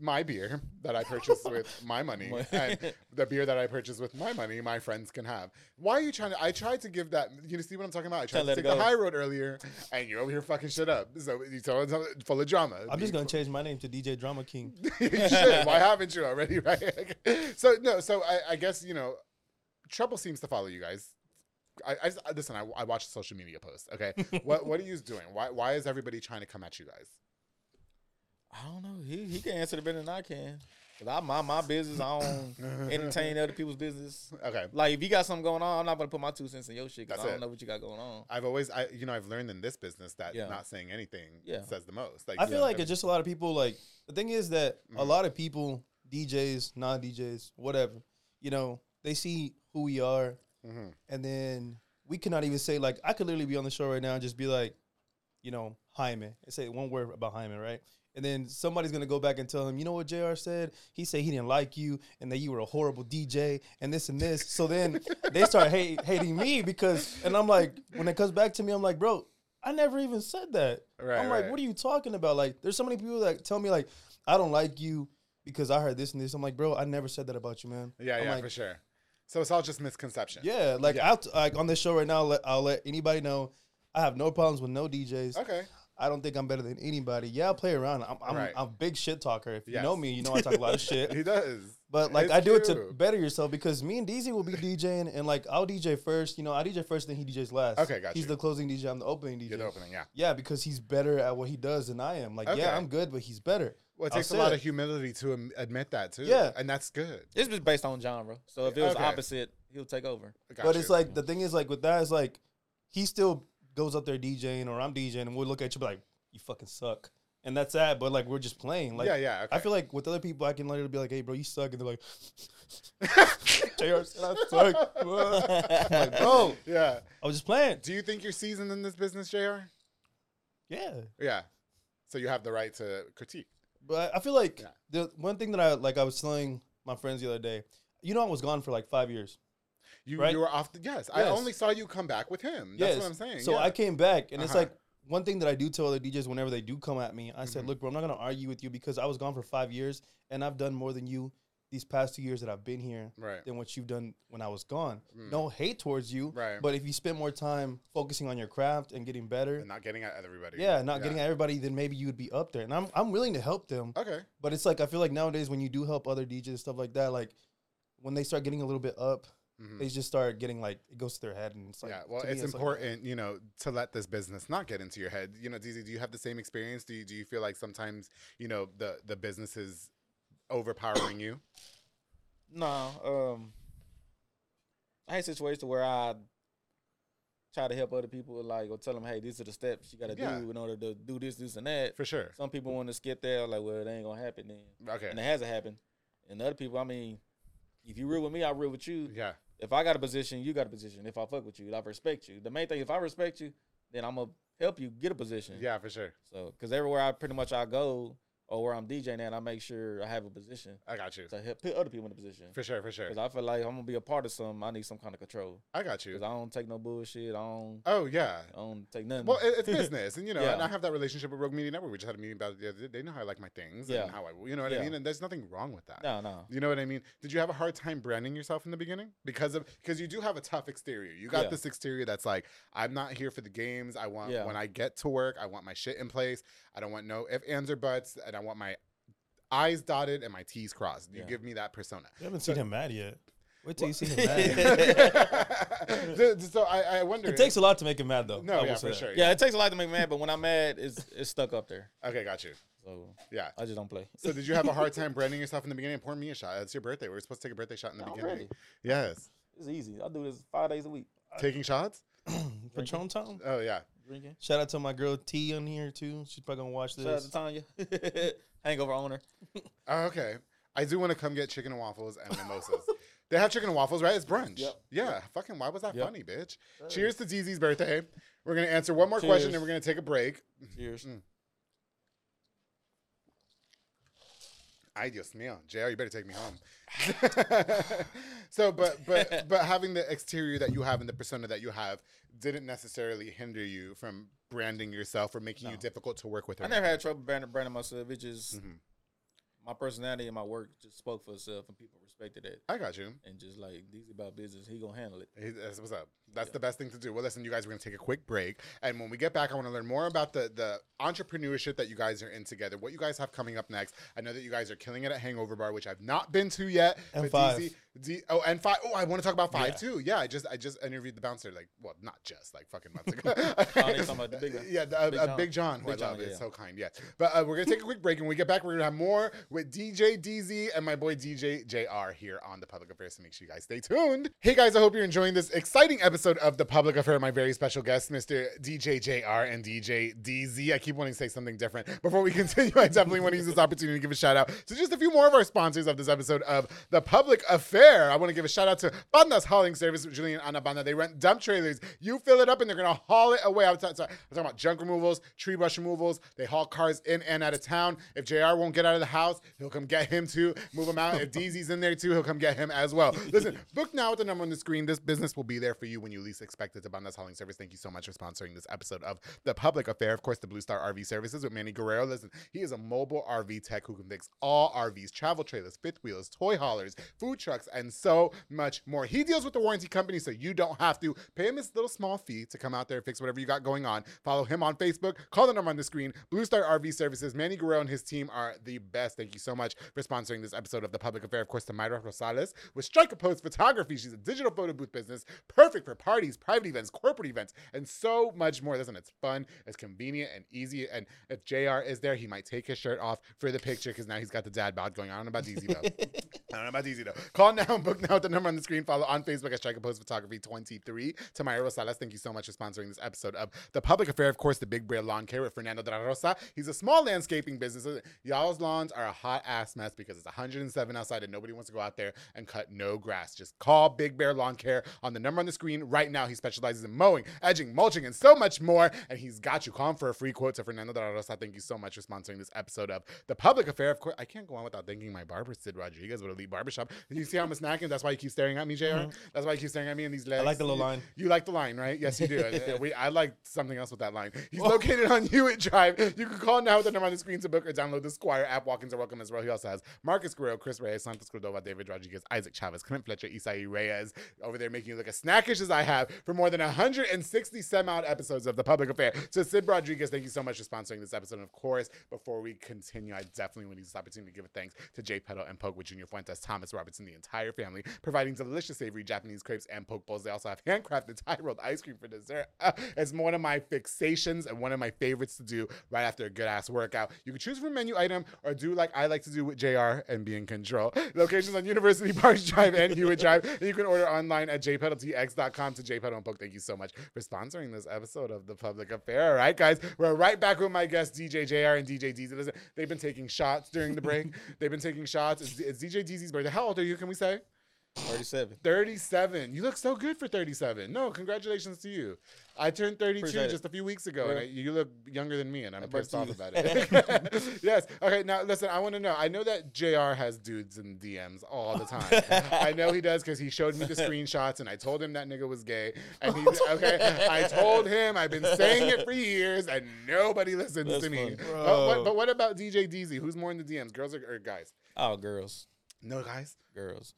A: my beer that I purchased with my money, and the beer that I purchased with my money, my friends can have. Why are you trying to? I tried to give that. You see what I'm talking about? I tried
C: let
A: to
C: it
A: take the
C: go.
A: high road earlier, and you're over here fucking shit up. So you tell us full of drama.
D: I'm just
A: You-
D: going to change my name to DJ Drama King.
A: you should. Why haven't you already? Right. so no. So I, I guess you know, trouble seems to follow you guys. I, I just- listen. I, I watch social media posts. Okay. what What are you doing? Why Why is everybody trying to come at you guys?
C: I don't know. He he can answer the better than I can. Cause I mind my business. I don't entertain other people's business.
A: Okay.
C: Like if you got something going on, I'm not gonna put my two cents in your shit. Cause
A: That's
C: I don't
A: it.
C: know what you got going on.
A: I've always, I you know, I've learned in this business that
C: Yeah.
A: not saying anything
C: Yeah.
A: says the most. Like
D: I feel
A: yeah, Mm.
D: like it's just a lot of people. Like the thing is that a lot of people, DJs, non DJs, whatever, you know, they see who we are,
A: Mm-hmm.
D: and then we cannot even say like I could literally be on the show right now and just be like, you know, Hyman, and say one word about Hyman, right? And then somebody's gonna go back and tell him, you know what Jr. said? He said he didn't like you, and that you were a horrible DJ, and this and this. So then they start hate, hating me because, and I'm like, when it comes back to me, I'm like, bro, I never even said that.
A: Right,
D: I'm like,
A: right.
D: what are you talking about? Like, there's so many people that tell me like, I don't like you because I heard this and this. I'm like, bro, I never said that about you, man.
A: Yeah,
D: I'm
A: yeah,
D: like,
A: for sure. So it's all just misconception.
D: Yeah, like
A: Yeah.
D: I'll t- like on this show right now, let, I'll let anybody know I have no problems with no DJs.
A: Okay.
D: I don't think I'm better than anybody. Yeah, I play around. I'm I'm,
A: Right.
D: I'm a big shit talker. If
A: Yes.
D: you know me, you know I talk a lot of
A: He
D: shit.
A: does.
D: But like
A: It's
D: I do it to
A: true.
D: better yourself because me and DZ will be DJing and like I'll DJ first. You know, I DJ first, then he DJs last.
A: Okay, got
D: He's
A: you.
D: the closing DJ. I'm the opening DJ.
A: You're the opening, yeah.
D: Yeah, because he's better at what he does than I am. Like,
A: Okay.
D: yeah, I'm good, but he's better.
A: Well, it
D: I'll
A: takes a
D: say
A: lot
D: it.
A: of humility to am- admit that too.
D: Yeah.
A: and that's good.
C: It's just based on genre. So if it was
A: Okay.
C: opposite, he'll take over.
A: Got
D: but it's
A: you.
D: like the thing is like with that is like he still goes up there DJing or I'm DJing and we'll look at you be like you fucking suck and that's that. But like we're just playing. Like
A: yeah, yeah. Okay.
D: I feel like with other people I can literally be like hey bro you suck and they're like JR said I suck. like, bro,
A: yeah.
D: I was just playing.
A: Do you think you're seasoned in this business, Jr.?
D: Yeah,
A: Yeah. So you have the right to critique.
D: but I feel like
A: Yeah.
D: the one thing that I like I was telling my friends the other day. You know I was gone for like five years.
A: You
D: Right?
A: you were off. The, yes, I
D: Yes.
A: only saw you come back with him. That's what I'm saying.
D: So
A: yeah.
D: I came back, and it's
A: Uh-huh.
D: like one thing that I do tell other DJs whenever they do come at me, I said,
A: Mm-hmm.
D: "Look, bro, I'm not gonna argue with you because I was gone for five years, and I've done more than you these past two years that I've been here
A: Right. Mm.
D: than what you've done when I was gone. No hate towards you,
A: Right.
D: but if you spend more time focusing on your craft and getting better."
A: And not getting at everybody.
D: yeah, not getting at everybody, then maybe you would be up there. And I'm I'm willing to help them.
A: Okay.
D: But it's like I feel like nowadays when you do help other DJs and stuff like that, like when they start getting a little bit up,
A: Mhm.
D: they just start getting like it goes to their head and it's like
A: yeah, well,
D: to me,
A: it's
D: like,
A: important, you know, to let this business not get into your head. You know, DZ, do you have the same experience? Do you, do you feel like sometimes, you know, the the business is overpowering you?
C: No, um, I had situations where I try to help other people, like or tell them, hey, these are the steps you got to
A: Yeah.
C: do in order to do this, this, and that.
A: For sure.
C: Some people want to skip there, like, well, it ain't gonna happen then,
A: Okay.
C: and it hasn't happened. And other people, I mean, if you real with me, I real with you.
A: Yeah.
C: If I got a position, you got a position. If I fuck with you, I respect you. The main thing, if I respect you, then I'm gonna help you get a position.
A: Yeah, for sure.
C: So, cause everywhere I pretty much I go or where I'm DJing at, I make sure I have a position
A: I got you.
C: to help put other people in a position.
A: For sure, for sure.
C: Cause I feel like I'm gonna be a part of something. I need some kind of control.
A: I got
C: Cause
A: you.
C: I don't take no bullshit. I don't.
A: Oh, yeah.
C: I don't take nothing.
A: Well, it, it's business, and you know, and
C: Yeah.
A: I have that relationship with Rogue Media Network. We just had a meeting about it the other day. They know how I like my things
C: Yeah.
A: and how I, you know what I
C: Yeah.
A: mean. And there's nothing wrong with that.
C: no, no.
A: You know what I mean? Did you have a hard time branding yourself in the beginning because of because you do have a tough exterior. You got
C: Yeah.
A: this exterior that's like I'm not here for the games. I want
C: Yeah.
A: when I get to work, I want my shit in place. I don't want no if ands or buts, and I want my I's dotted and my T's crossed. You
C: Yeah.
A: give me that persona.
D: You haven't seen him mad yet. Wait till you see him
C: Yeah.
D: mad.
A: so I, I wonder.
D: it takes a lot to make him mad, though. I
A: no,
D: will
A: yeah,
D: say
A: for
D: that.
A: sure.
C: Yeah, it takes a lot to make me mad, but when I'm mad, it's it's stuck up there.
A: Okay, got you.
C: So
A: Yeah.
C: I just don't play.
A: So did you have a hard time branding yourself in the beginning? Pour me a shot. It's your birthday. We were supposed to take a birthday shot in the
C: I'm
A: beginning.
C: ready.
A: Yes.
C: It's easy. I do this five days a week.
A: Taking shots?
D: Patron Tom.
A: Oh yeah.
C: Drinking.
D: Shout out to my girl T on here too. She's probably gonna watch
C: Shout out
D: this.
C: to Tanya, hangover owner.
A: Oh, okay. I do want to come get chicken and waffles and mimosas. they have chicken and waffles, right? It's brunch.
C: Yep.
A: Yeah. Fucking why was that
C: Yep.
A: funny, bitch? Cheers to DZ's birthday. We're gonna answer one more question and
C: Cheers.
A: we're gonna take a break.
C: Cheers.
A: Mm, I just smell. JR, you better take me home. so but but but having the exterior that you have and the persona that you have didn't necessarily hinder you from branding yourself or making you difficult to work with or
C: I never had trouble branding, branding myself. It just
A: Mm-hmm.
C: my personality and my work just spoke for itself, and people respected it.
A: I got you.
C: And just like these about business, he gonna handle it.
A: Hey, That's what's up. That's the best thing to do. Well, listen, you guys, we're gonna take a quick break, and when we get back, I want to learn more about the the entrepreneurship that you guys are in together. What you guys have coming up next? I know that you guys are killing it at Hangover Bar, which I've not been to yet.
D: And
A: but
D: five.
A: DZ D, oh, and five. Oh, I want to talk about five too. Yeah, I just I just interviewed the bouncer like well, not just like fucking months ago.
C: talking about the big one.
A: Yeah, the, uh,
C: Big
A: uh,
C: John.
A: Big John, who
C: Big
A: I love,
C: John,
A: is
C: yeah.
A: so kind. Yeah, but uh, we're gonna take a quick break, and when we get back, we're gonna have more with DJ DZ and my boy DJ JR here on the Public Affair. So make sure you guys stay tuned. Hey guys, I hope you're enjoying this exciting episode of the Public Affair. My very special guests, Mr. DJ JR and DJ DZ. I keep wanting to say something different. Before we continue, I definitely want to use this opportunity to give a shout out to just a few more of our sponsors of this episode of the Public Affair. fair. I want to give a shout out to Banda's hauling service with Julian and Ana Banda. They rent dump trailers. You fill it up and they're going to haul it away. I'm, ta- sorry. I'm talking about junk removals, tree brush removals. They haul cars in and out of town. If JR won't get out of the house, he'll come get him too, move him out. If DZ's in there too, he'll come get him as well. Listen, book now with the number on the screen. This business will be there for you when you least expect it. To Banda's hauling service. Thank you so much for sponsoring this episode of The Public Affair. Of course, the Blue Star RV Services with Manny Guerrero. Listen, he is a mobile RV tech who can fix all RVs, travel trailers, fifth wheels, toy haulers, food trucks, and so much more. He deals with the warranty company, so you don't have to pay him his little small fee to come out there and fix whatever you got going on. Follow him on Facebook. Call the number on the screen. Blue Star RV Services. Manny Guerrero and his team are the best. Thank you so much for sponsoring this episode of The Public Affair. Of course, to Myra Rosales with Striker Post Photography. She's a digital photo booth business, perfect for parties, private events, corporate events, and so much more. Listen, it's fun, it's convenient, and easy. And if JR is there, he might take his shirt off for the picture because now he's got the dad bod going on. I don't know about DZ though. I don't know about DZ though. Call now and book now at the number on the screen. Follow on Facebook at Striker Post Photography 23. To Myra Rosales, thank you so much for sponsoring this episode of The Public Affair. Of course, the Big Braille Lawn Care with Fernando de la Rosa. He's a small landscaping business. Y'all's lawns are a hot ass mess because it's 107 outside and nobody wants to go out there and cut no grass. Just call Big Bear Lawn Care on the number on the screen right now. He specializes in mowing, edging, mulching, and so much more. And he's got you. Call him for a free quote to Fernando de la Rosa. Thank you so much for sponsoring this episode of The Public Affair. Of course, I can't go on without thanking my barber, Sid Rodriguez, with Elite Barbershop. You see how I'm snacking? That's why you keep staring at me, junior That's why you keep staring at me in these legs.
D: Mm-hmm. like the little
A: You-
D: line.
A: You like the line, right? Yes, you do. Uh, we, I like something else with that line. He's located on Hewitt Drive. You can call now with the number on the screen to book or download the Squire app. Walk-ins are welcome as well. He also has Marcus Guerrero, Chris Reyes, Santos Cordova, David Rodriguez, Isaac Chavez, Clint Fletcher, Isai Reyes over there making you look as snackish as I have for more than 160 some odd episodes of The Public Affair. So Sid Rodriguez, thank you so much for sponsoring this episode. And of course, before we continue, I definitely want to use this opportunity to give a thanks to Jay Petal and Poke with Junior Fuentes, Thomas Robertson, the entire family, providing delicious savory Japanese crepes and poke bowls. They also have handcrafted Thai rolled ice cream for dessert. Ah, it's one of my fixations and one of my favorites to do right after a good ass workout. You can choose from a menu item or do like I like to do with JR and be in control. Locations on University Park Drive and Hewitt Drive. And you can order online at jpedaltx.com to JPedal and Poke. Thank you so much for sponsoring this episode of The Public Affair. All right, guys, we're right back with my guests, DJ JR and DJ DZ. Listen, they've been taking shots during the break. they've been taking shots. It's, it's DJ DZ's birthday. How old are you, can we say?
C: 37.
A: 37. You look so good for 37. No, congratulations to you. I turned 32
C: Appreciate it.
A: just a few weeks ago, and
C: Yeah.
A: I, you look younger than me, and I'm
C: bet
A: pissed off
C: you-
A: about it. yes. Okay, now listen, I want to know. I know that JR has dudes in DMs all the time. I know he does because he showed me the screenshots, and I told him that nigga was gay. And he, okay, I told him I've been saying it for years, and nobody listens
C: That's
A: to me.
C: funny.
A: But what, but what about DJ DZ? Who's more in the DMs, girls or, or guys?
C: Oh, girls.
A: No guys.
C: Girls.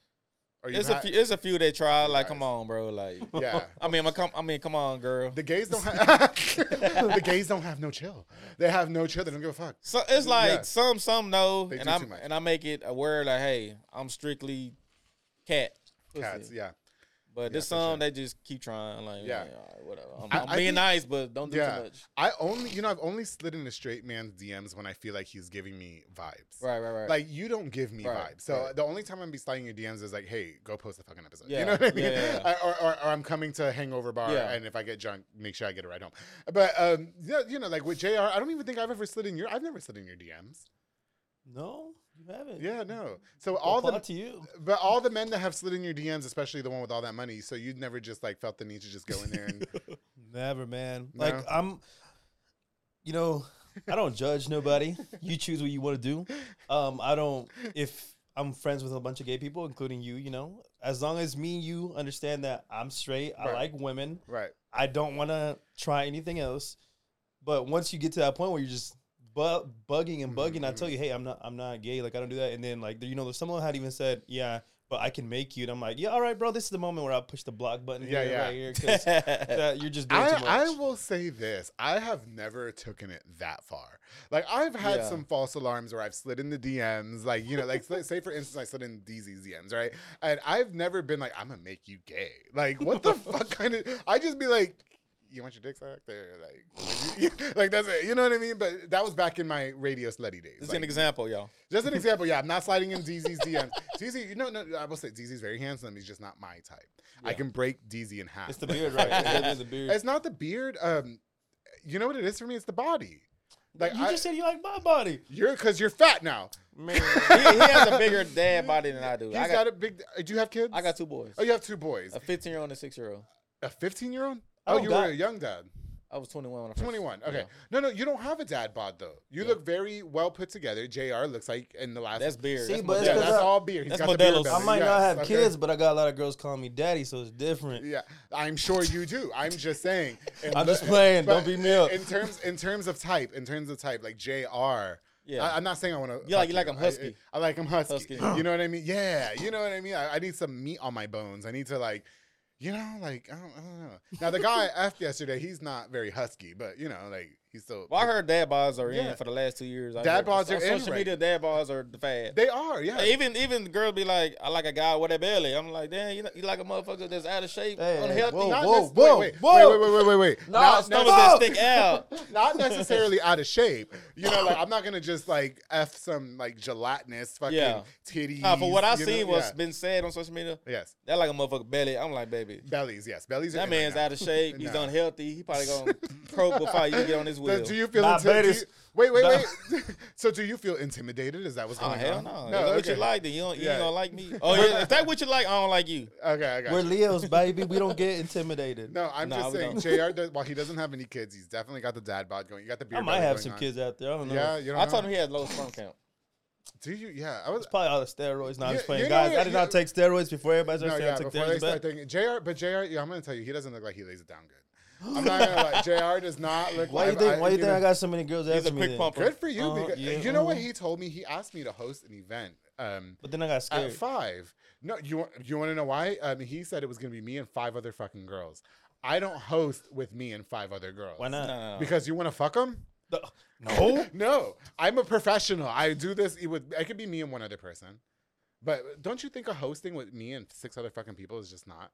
A: Are you
C: It's a
A: not?
C: few it's a few that try, like,
A: Guys.
C: come on, bro. Like
A: Yeah.
C: I mean, my come I mean, come on, girl.
A: The gays don't have the gays don't have no chill. They have no chill. They don't give a fuck.
C: So it's like
A: Yeah.
C: some some know,
A: They
C: and
A: do
C: I'm
A: too much.
C: and I make it aware like, hey, I'm strictly cat. pussy.
A: Cats, yeah,
C: But there's
A: for
C: some they just keep trying, like
A: Yeah.
C: yeah, all right, whatever. I'm,
A: I-
C: I'm
A: I
C: being
A: think-
C: nice, but don't do
A: yeah.
C: too much.
A: I only, you know, I've only slid in a straight man's DMs when I feel like he's giving me vibes.
C: Right, right, right.
A: Like you don't give me
C: Right,
A: vibes. So
C: right.
A: the only time I'm be sliding your DMs is like, hey, go post the fucking episode. You
C: Yeah,
A: know what I mean?
C: yeah, yeah,
A: I- or, or, or I'm coming to a hangover bar,
C: Yeah.
A: and if I get drunk, make sure I get it right home. But um, yeah, you know, like with Jr., I don't even think I've ever slid in your. I've never slid in your DMs.
D: No, you haven't.
A: Yeah, no. So
D: All
A: all the
D: to you.
A: But all the men that have slid in your DMs, especially the one with all that money, so you'd never just like felt the need to just go in there and
D: Never, man.
A: No?
D: Like I'm, you know, I don't judge nobody. You choose what you want to do. Um, I don't. If I'm friends with a bunch of gay people, including you, you know, as long as me and you understand that I'm straight, I
A: Right.
D: like women.
A: right.
D: I don't want to try anything else. But once you get to that point where you're just bu- bugging and bugging, I tell
A: Mm-hmm.
D: you, hey, I'm not, I'm not gay. Like I don't do that. And then like you know, there's someone had even said, yeah, but I can make you. And I'm like, yeah, all right, bro. This is the moment where I push the block button.
A: Yeah,
D: here,
A: yeah.
D: Right here, 'cause that you're just doing too much.
A: I, I will say this: I have never taken it that far. Like I've had
C: Yeah.
A: some false alarms where I've slid in the DMs, like you know, like let's say for instance, I slid in DZ's DMs, right? And I've never been like, "I'm gonna make you gay." Like what the fuck kind of? I just be like. You want your dick sucked? Or like, like that's it. You know what I mean? But that was back in my radio slutty days.
C: this is
A: like-
C: an example, y'all.
A: Just an example, yeah. I'm not sliding in DZ's DMs. DZ, you know, no, I will say DZ's very handsome. He's just not my type. I can break DZ in half.
D: It's the beard, right? It's definitely the beard.
A: It's not the beard. Um, you know what it is for me? It's the body. Like
D: you
A: I,
D: just said you like my body.
A: you're because you're fat now.
C: Man, he, he has a bigger dad body than I do.
A: He's
C: I
A: got,
C: got,
A: a big. uh, Do you have kids?
C: I got two boys.
A: Oh, you have two boys.
C: A 15 year old and a 6 year old.
A: A 15 year old?
C: I
A: Oh,
C: don't
A: you
C: got-
A: were a young dad.
C: I was 21 when I first
A: 21.
C: yeah.
A: Okay. No, no, you don't have a dad bod though. You look very well put together. JR looks like in the last.
C: That's beard.
D: See,
C: that's
D: but it's
A: yeah,
C: Modelo.
D: because uh,
A: that's
D: I-
A: all beer. He's
C: that's
A: got the beer
C: Modelo's.
A: belly.
D: I might not
A: Yes,
D: have
A: okay.
D: kids, but I got a lot of girls calling me daddy, so it's different.
A: Yeah, I'm sure you do. I'm just saying. In
D: I'm
A: the-
D: just playing.
A: but
D: Don't beat me up.
A: In terms, in terms of type, in terms of type, like Jr.
C: Yeah.
A: I, am not saying I want to.
C: You like- you like 'em husky.
A: I, like him husky.
C: Husky.
A: You know what I mean? Yeah. You know what I mean? I, I need some meat on my bones. I need to like, you know, like I don't, I don't know. Now the guy I effed yesterday, he's not very husky, but you know, like he's still.
C: Well, I heard dad bods are
A: Yeah.
C: in for the last two years. I
A: Dad
C: heard-
A: bods
C: on
A: are in
C: Social
A: right
C: media dad bods are the fad.
A: They are. Yeah.
C: even even the girl be like, I like a guy with a belly. I'm like, damn, you, know, you like a motherfucker that's out of shape,
D: Hey,
C: unhealthy.
D: whoa,
C: Not
A: Not
D: whoa,
A: nec-
D: whoa,
A: wait, wait,
D: whoa.
A: wait, wait, wait, wait, wait.
D: No,
A: Not- not-
D: stop
C: stomach that stick out.
A: not necessarily out of shape. You know, like I'm not gonna just like f some like gelatinous fucking
C: Yeah.
A: titties.
C: Nah, for what I
A: you know?
C: seen what's
A: Yeah.
C: been said on social media,
A: yes,
C: that like a motherfucker belly. I'm like, baby,
A: bellies. Yes, bellies. Are
C: that
A: in right
C: man's
A: now.
C: out of shape. He's
A: Nah.
C: unhealthy. He probably gonna croak before you get on his wheel.
A: Does- Do you feel
D: Nah,
A: intimidated?
D: bellies-
A: Wait, wait,
D: Nah.
A: wait. so do you feel intimidated? Is that what's
C: Oh
A: going
C: hell
A: on?
C: no! If that's what you
A: okay.
C: like, then you, don't, you
A: Yeah.
C: ain't gonna like me. Oh yeah, if that what you like, I don't like you.
A: Okay, I got
D: We're
A: you.
D: Leos, baby. We don't get intimidated.
A: No, I'm
C: Nah,
A: just
C: we
A: saying,
C: don't.
A: Jr. Does, while he doesn't have any kids, he's definitely got the dad bod going. You got the beer.
D: I might
A: belly
D: have
A: going
D: some
A: on.
D: kids out there. I don't know.
A: Yeah, you know.
C: I told him he had low sperm count.
A: Do you? Yeah, I was.
D: It's probably all the steroids. Now I'm
A: Yeah,
D: just playing,
A: you know
D: guys.
A: what?
D: I did not
A: You-
D: take steroids before everybody started
A: No,
D: saying
A: yeah,
D: I took
A: before they
D: steroids.
A: start
D: Back.
A: thinking, JR, but JR, yeah, I'm gonna tell you, he doesn't look like he lays it down good. I'm not gonna lie, JR does not look
D: Why
A: like
D: you think? Why you think
A: know-
D: I got so many girls
C: He's
D: after
C: a
D: me?
C: quick
D: then?
C: pumper.
A: Good for you.
D: Uh-huh,
A: because,
D: yeah,
A: you know what
D: uh-huh.
A: he told me? He asked me to host an event. Um,
D: But then I got
A: at
D: scared.
A: five. No, you want you want to know why? Um, he said it was gonna be me and five other fucking girls. I don't host with me and five other girls.
D: Why
C: No,
D: not?
C: no, no.
A: Because you want to fuck them?
D: The- No.
A: No, I'm a professional. I do this. It would. I could be me and one other person. But don't you think a hosting with me and six other fucking people is just not?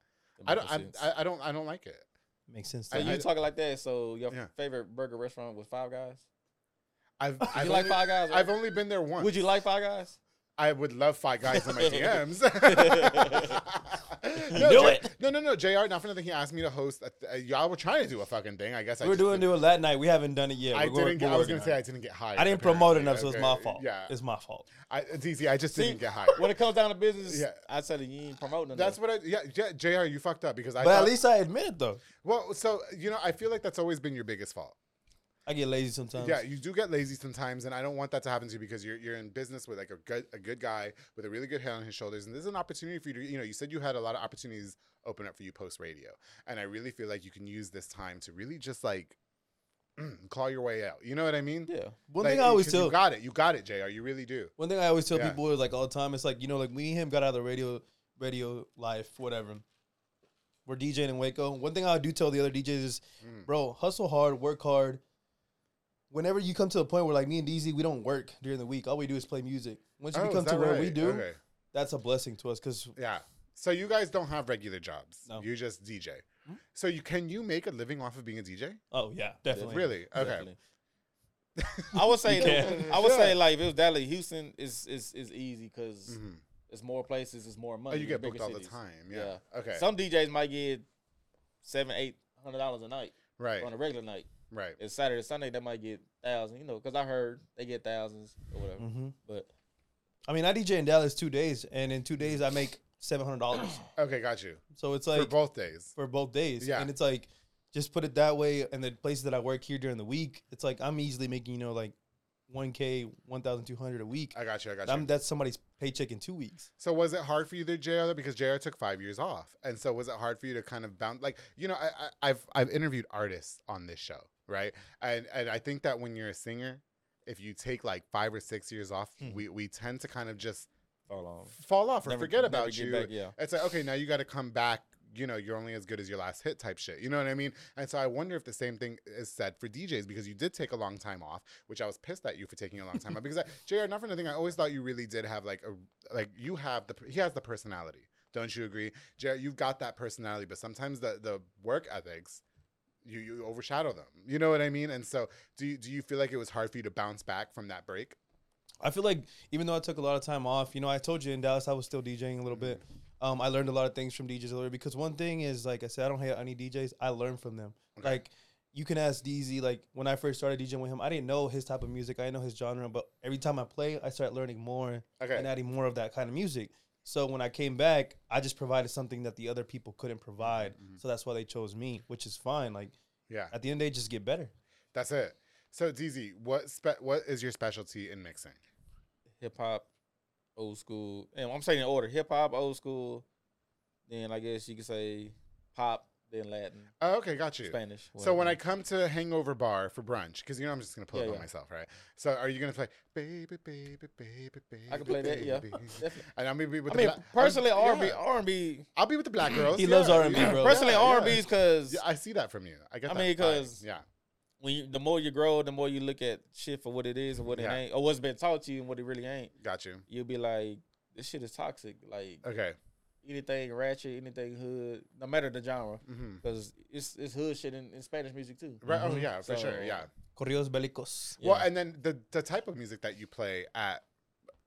A: I
C: That
A: don't.
C: makes
A: I,
C: sense.
A: I, I don't. I don't like it.
D: Makes sense.
C: So
D: to
C: you
D: me.
C: talking like that? So your
A: Yeah.
C: favorite burger restaurant was Five Guys?
A: I've. I've
C: you like
A: only-
C: Five Guys, right?
A: I've only been there once.
C: Would you like Five Guys?
A: I would love five guys in my DMs. no,
D: Do
A: J-
D: it.
A: No, no, no. Jr. Not for nothing. He asked me to host. A th- uh, y'all were trying to do a fucking thing. I guess I
D: We were
A: just
D: doing
A: didn't-
D: doing that night. We haven't done it yet.
A: I
D: We're wor-
A: didn't. Get,
D: we're
A: I was
D: working
A: gonna
D: on
A: say I
D: it.
A: didn't get hired.
D: I didn't promote
A: apparently.
D: enough, so it's my
A: Okay,
D: fault.
A: Yeah,
D: It's my fault.
A: I, DZ, I just didn't get hired.
C: When it comes down to business,
A: Yeah.
C: I said you ain't promoting enough.
A: That's what I. Yeah, yeah, Jr. You fucked up because I.
D: But at
A: thought-
D: least I admit it though.
A: Well, so you know, I feel like that's always been your biggest fault.
D: I get lazy sometimes.
A: Yeah, you do get lazy sometimes, and I don't want that to happen to you because you're you're in business with like a good a good guy with a really good head on his shoulders, and this is an opportunity for you to you know you said you had a lot of opportunities open up for you post radio, and I really feel like you can use this time to really just like claw your way out. You know what I mean?
C: yeah.
D: One
A: Like,
D: thing I always
A: 'cause
D: tell
A: you got it, you got it, Jr. You really do.
D: One thing I always tell
A: Yeah.
D: people is like all the time, it's like, you know, like me and him got out of the radio radio life, whatever. We're DJing in Waco. One thing I do tell the other DJs is,
A: Mm.
D: bro, hustle hard, work hard. Whenever you come to a point where like me and DZ, we don't work during the week. All we do is play music. Once
A: Oh,
D: we
A: is
D: come to
A: that
D: where we
A: right?
D: do,
A: Okay.
D: that's a blessing to us because
A: Yeah. So you guys don't have regular jobs.
D: No. Hmm?
A: You just DJ. So you can you make a living off of being a DJ?
D: oh yeah, definitely.
A: Really? Okay.
C: Definitely. I would say
D: can't.
C: I would
A: Yeah.
C: say like if it was Dallas Houston is is is easy because it's more places, it's more
A: Mm-hmm. Oh,
C: money.
A: you
C: it's
A: get
C: bigger
A: booked all the
C: cities.
A: time. Yeah. Okay.
C: Some DJs might get seven, eight hundred dollars a night
A: right.
C: on a regular night.
A: Right.
C: It's Saturday, Sunday they might get thousand, you know, because I heard they get thousands or whatever.
D: Mm-hmm.
C: But
D: I mean, I DJ in Dallas two days, and in two days I make seven hundred dollars.
A: Okay, got you.
D: So it's
A: For
D: like
A: both days.
D: for both days.
A: Yeah.
D: And it's like, just put it that way. And the places that I work here during the week, it's like I'm easily making, you know, like 1K, 1,200 a week.
A: I got you. I got you.
D: I'm, that's somebody's paycheck in two weeks.
A: so was it hard for you there, JR? though? Because JR took five years off, and so was it hard for you to kind of bounce? Like you know, I, I, I've I've interviewed artists on this show, right? And and I think that when you're a singer, if you take like five or six years off, we we tend to kind of just
C: fall off.
A: fall off or
C: Hmm. Never-
A: forget
C: never
A: about
C: get
A: you.
C: back, yeah.
A: It's like, okay, now you got to come back. You know, you're only as good as your last hit type shit. You know what I mean? And so I wonder if the same thing is said for DJs because you did take a long time off, which I was pissed at you for taking a long time off because I, JR, not for nothing, I always thought you really did have like a, like you have the, he has the personality. Don't you agree? JR, you've got that personality, but sometimes the, the work ethics, you, you overshadow them. You know what I mean? And so do you, do you feel like it was hard for you to bounce back from that break?
D: I feel like even though I took a lot of time off, you know, I told you in Dallas I was still DJing a little bit. Um, I learned a lot of things from DJs earlier because one thing is, like I said, I don't hate any DJs. I learn from them. Like you can ask DZ, like when I first started DJing with him, I didn't know his type of music. I didn't know his genre, but every time I play, I start learning more
A: Okay.
D: and adding more of that kind of music. So when I came back, I just provided something that the other people couldn't provide. So that's why they chose me, which is fine. Like
A: Yeah,
D: at the end of the day, just get better.
A: that's it. So DZ, what spe- what is your specialty in mixing?
C: hip hop, old school, and I'm saying in order: hip hop, old school, then I guess you could say pop, then Latin,
A: Oh, okay, got you.
C: Spanish.
A: So when I
C: whatever.
A: come to Hangover Bar for brunch, because you know I'm just gonna pull it
C: Yeah,
A: up on
C: yeah.
A: myself, right? So are you gonna play baby, baby, baby, baby?
C: I can play that, yeah,
A: baby"?
C: definitely.
A: And I'm gonna be with.
C: I
A: the
C: mean,
A: bla-
C: personally,
A: I'm-
C: R&B,
A: yeah.
C: R&B.
A: I'll be with the black girls.
D: He loves
A: yeah,
D: R&B,
A: yeah.
D: bro.
C: Personally,
A: Yeah,
C: R&B
A: yeah.
C: is because
A: Yeah, I see that from you. I get.
C: I
A: that
C: mean,
A: vibe.
C: 'cause-
A: yeah,
C: when you, the more you grow, the more you look at shit for what it is and what
A: Yeah.
C: it ain't, or what's been taught to you and what it really ain't.
A: got you.
C: You'll be like, this shit is toxic. Like
A: Okay.
C: anything ratchet, anything hood, no matter the genre,
A: Mhm.
C: because it's it's hood shit in, in Spanish music too.
A: Right. Oh yeah, for
C: So-
A: sure. Yeah.
D: Corridos belicos.
C: Yeah.
A: Well, and then the the type of music that you play at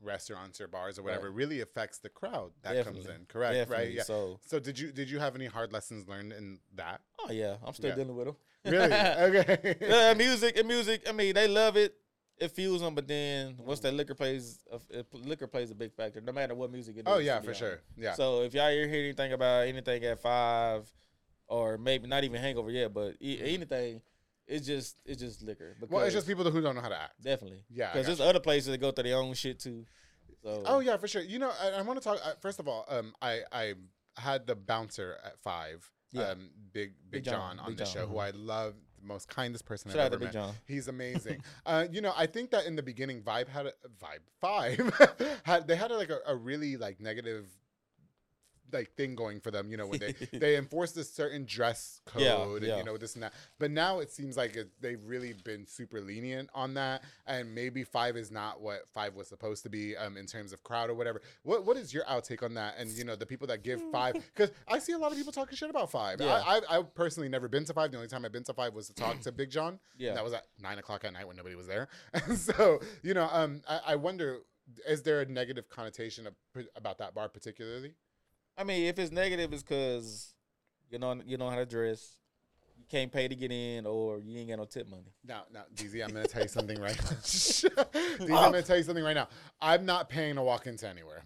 A: restaurants or bars or whatever
C: Right.
A: really affects the crowd that comes
C: Definitely.
A: in. Correct. Right.
C: Definitely.
A: Yeah. So,
C: So,
A: did you did you have any hard lessons learned in that?
C: oh yeah, I'm still
A: Yeah.
C: dealing with them.
A: Really? okay.
C: yeah, music and music. I mean, they love it. It fuels them, but then
A: Mm-hmm.
C: once that liquor plays, uh, it- liquor plays a big factor, no matter what music it is.
A: Oh
C: to
A: yeah,
C: be
A: for
C: honest.
A: sure. Yeah.
C: So if y'all ever hear anything about anything at five, or maybe not even hangover yet, but e- anything, it's just it's just liquor.
A: Mm-hmm. well, it's
C: because-
A: just people who don't know how to act.
C: definitely
A: Yeah, I
C: because there's other places that go through their own shit too. So
A: Oh yeah, for sure. You know, I, I want to talk. Uh, first of all, um, I I had the bouncer at five.
C: Yeah.
A: Um, Big Big,
C: Big
A: John,
C: John,
A: on
C: Big
A: the show,
C: John,
A: who I love, the most kindest person
C: Shout
A: I've
C: out
A: ever
C: to Big
A: met.
C: John.
A: He's amazing. uh, you know, I think that in the beginning, Vibe had a, Vibe Five had they had like a, a really like negative like thing going for them. You know, when they they enforced a certain dress code
C: Yeah,
A: and
C: yeah.
A: you know this and that. But now it seems like it, they've really been super lenient on that, and maybe five is not what five was supposed to be um, in terms of crowd or whatever. What what is your outtake on that? And you know, the people that give five because I see a lot of people talking shit about five.
C: Yeah.
A: I, I I personally never been to five. The only time I've been to five was to talk to Big John.
C: Yeah.
A: and that was at nine o'clock at night when nobody was there. And so you know, um, I, I wonder. Is there a negative connotation of, about that bar particularly?
C: I mean, if it's negative, it's because you know you know how to dress, you can't pay to get in, or you ain't got no tip money.
A: No, no, DZ, I'm gonna tell you something right now. DZ,
D: Oh.
A: I'm gonna tell you something right now. I'm not paying to walk into anywhere.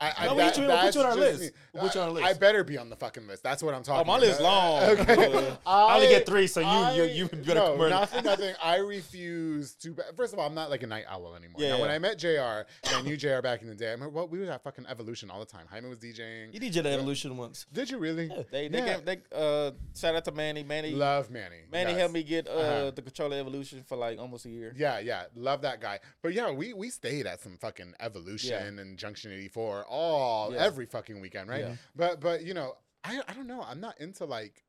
A: I, I,
D: No, we'll get you in- we'll put
A: that's
D: you on our
A: just
D: list.
A: me.
D: We'll put you on our
A: I- I
D: list.
A: better be on the fucking list. That's what I'm talking.
C: Oh, my
A: about.
C: list long.
A: Okay,
D: I only get three, so you- you- you better
A: no,
D: convert it.
A: not for nothing. I refuse to. First of all, I'm not like a night owl anymore.
C: Yeah,
A: now, when
C: yeah.
A: I met Jr. and I knew Jr. back in the day, I remember well, we were at fucking Evolution all the time. Hyman was DJing.
D: You did your evolution once.
A: Did you really?
C: They they,
A: Yeah.
C: gave, they uh shout out to Manny Manny
A: Love Manny.
C: Manny
A: Yes.
C: helped me get uh
A: Uh-huh.
C: the controller evolution for like almost a year.
A: Yeah, yeah, love that guy. But yeah, we we stayed at some fucking Evolution and Junction 84 all
C: Yeah.
A: every fucking weekend, right?
C: Yeah.
A: But but you know, I I don't know. I'm not into like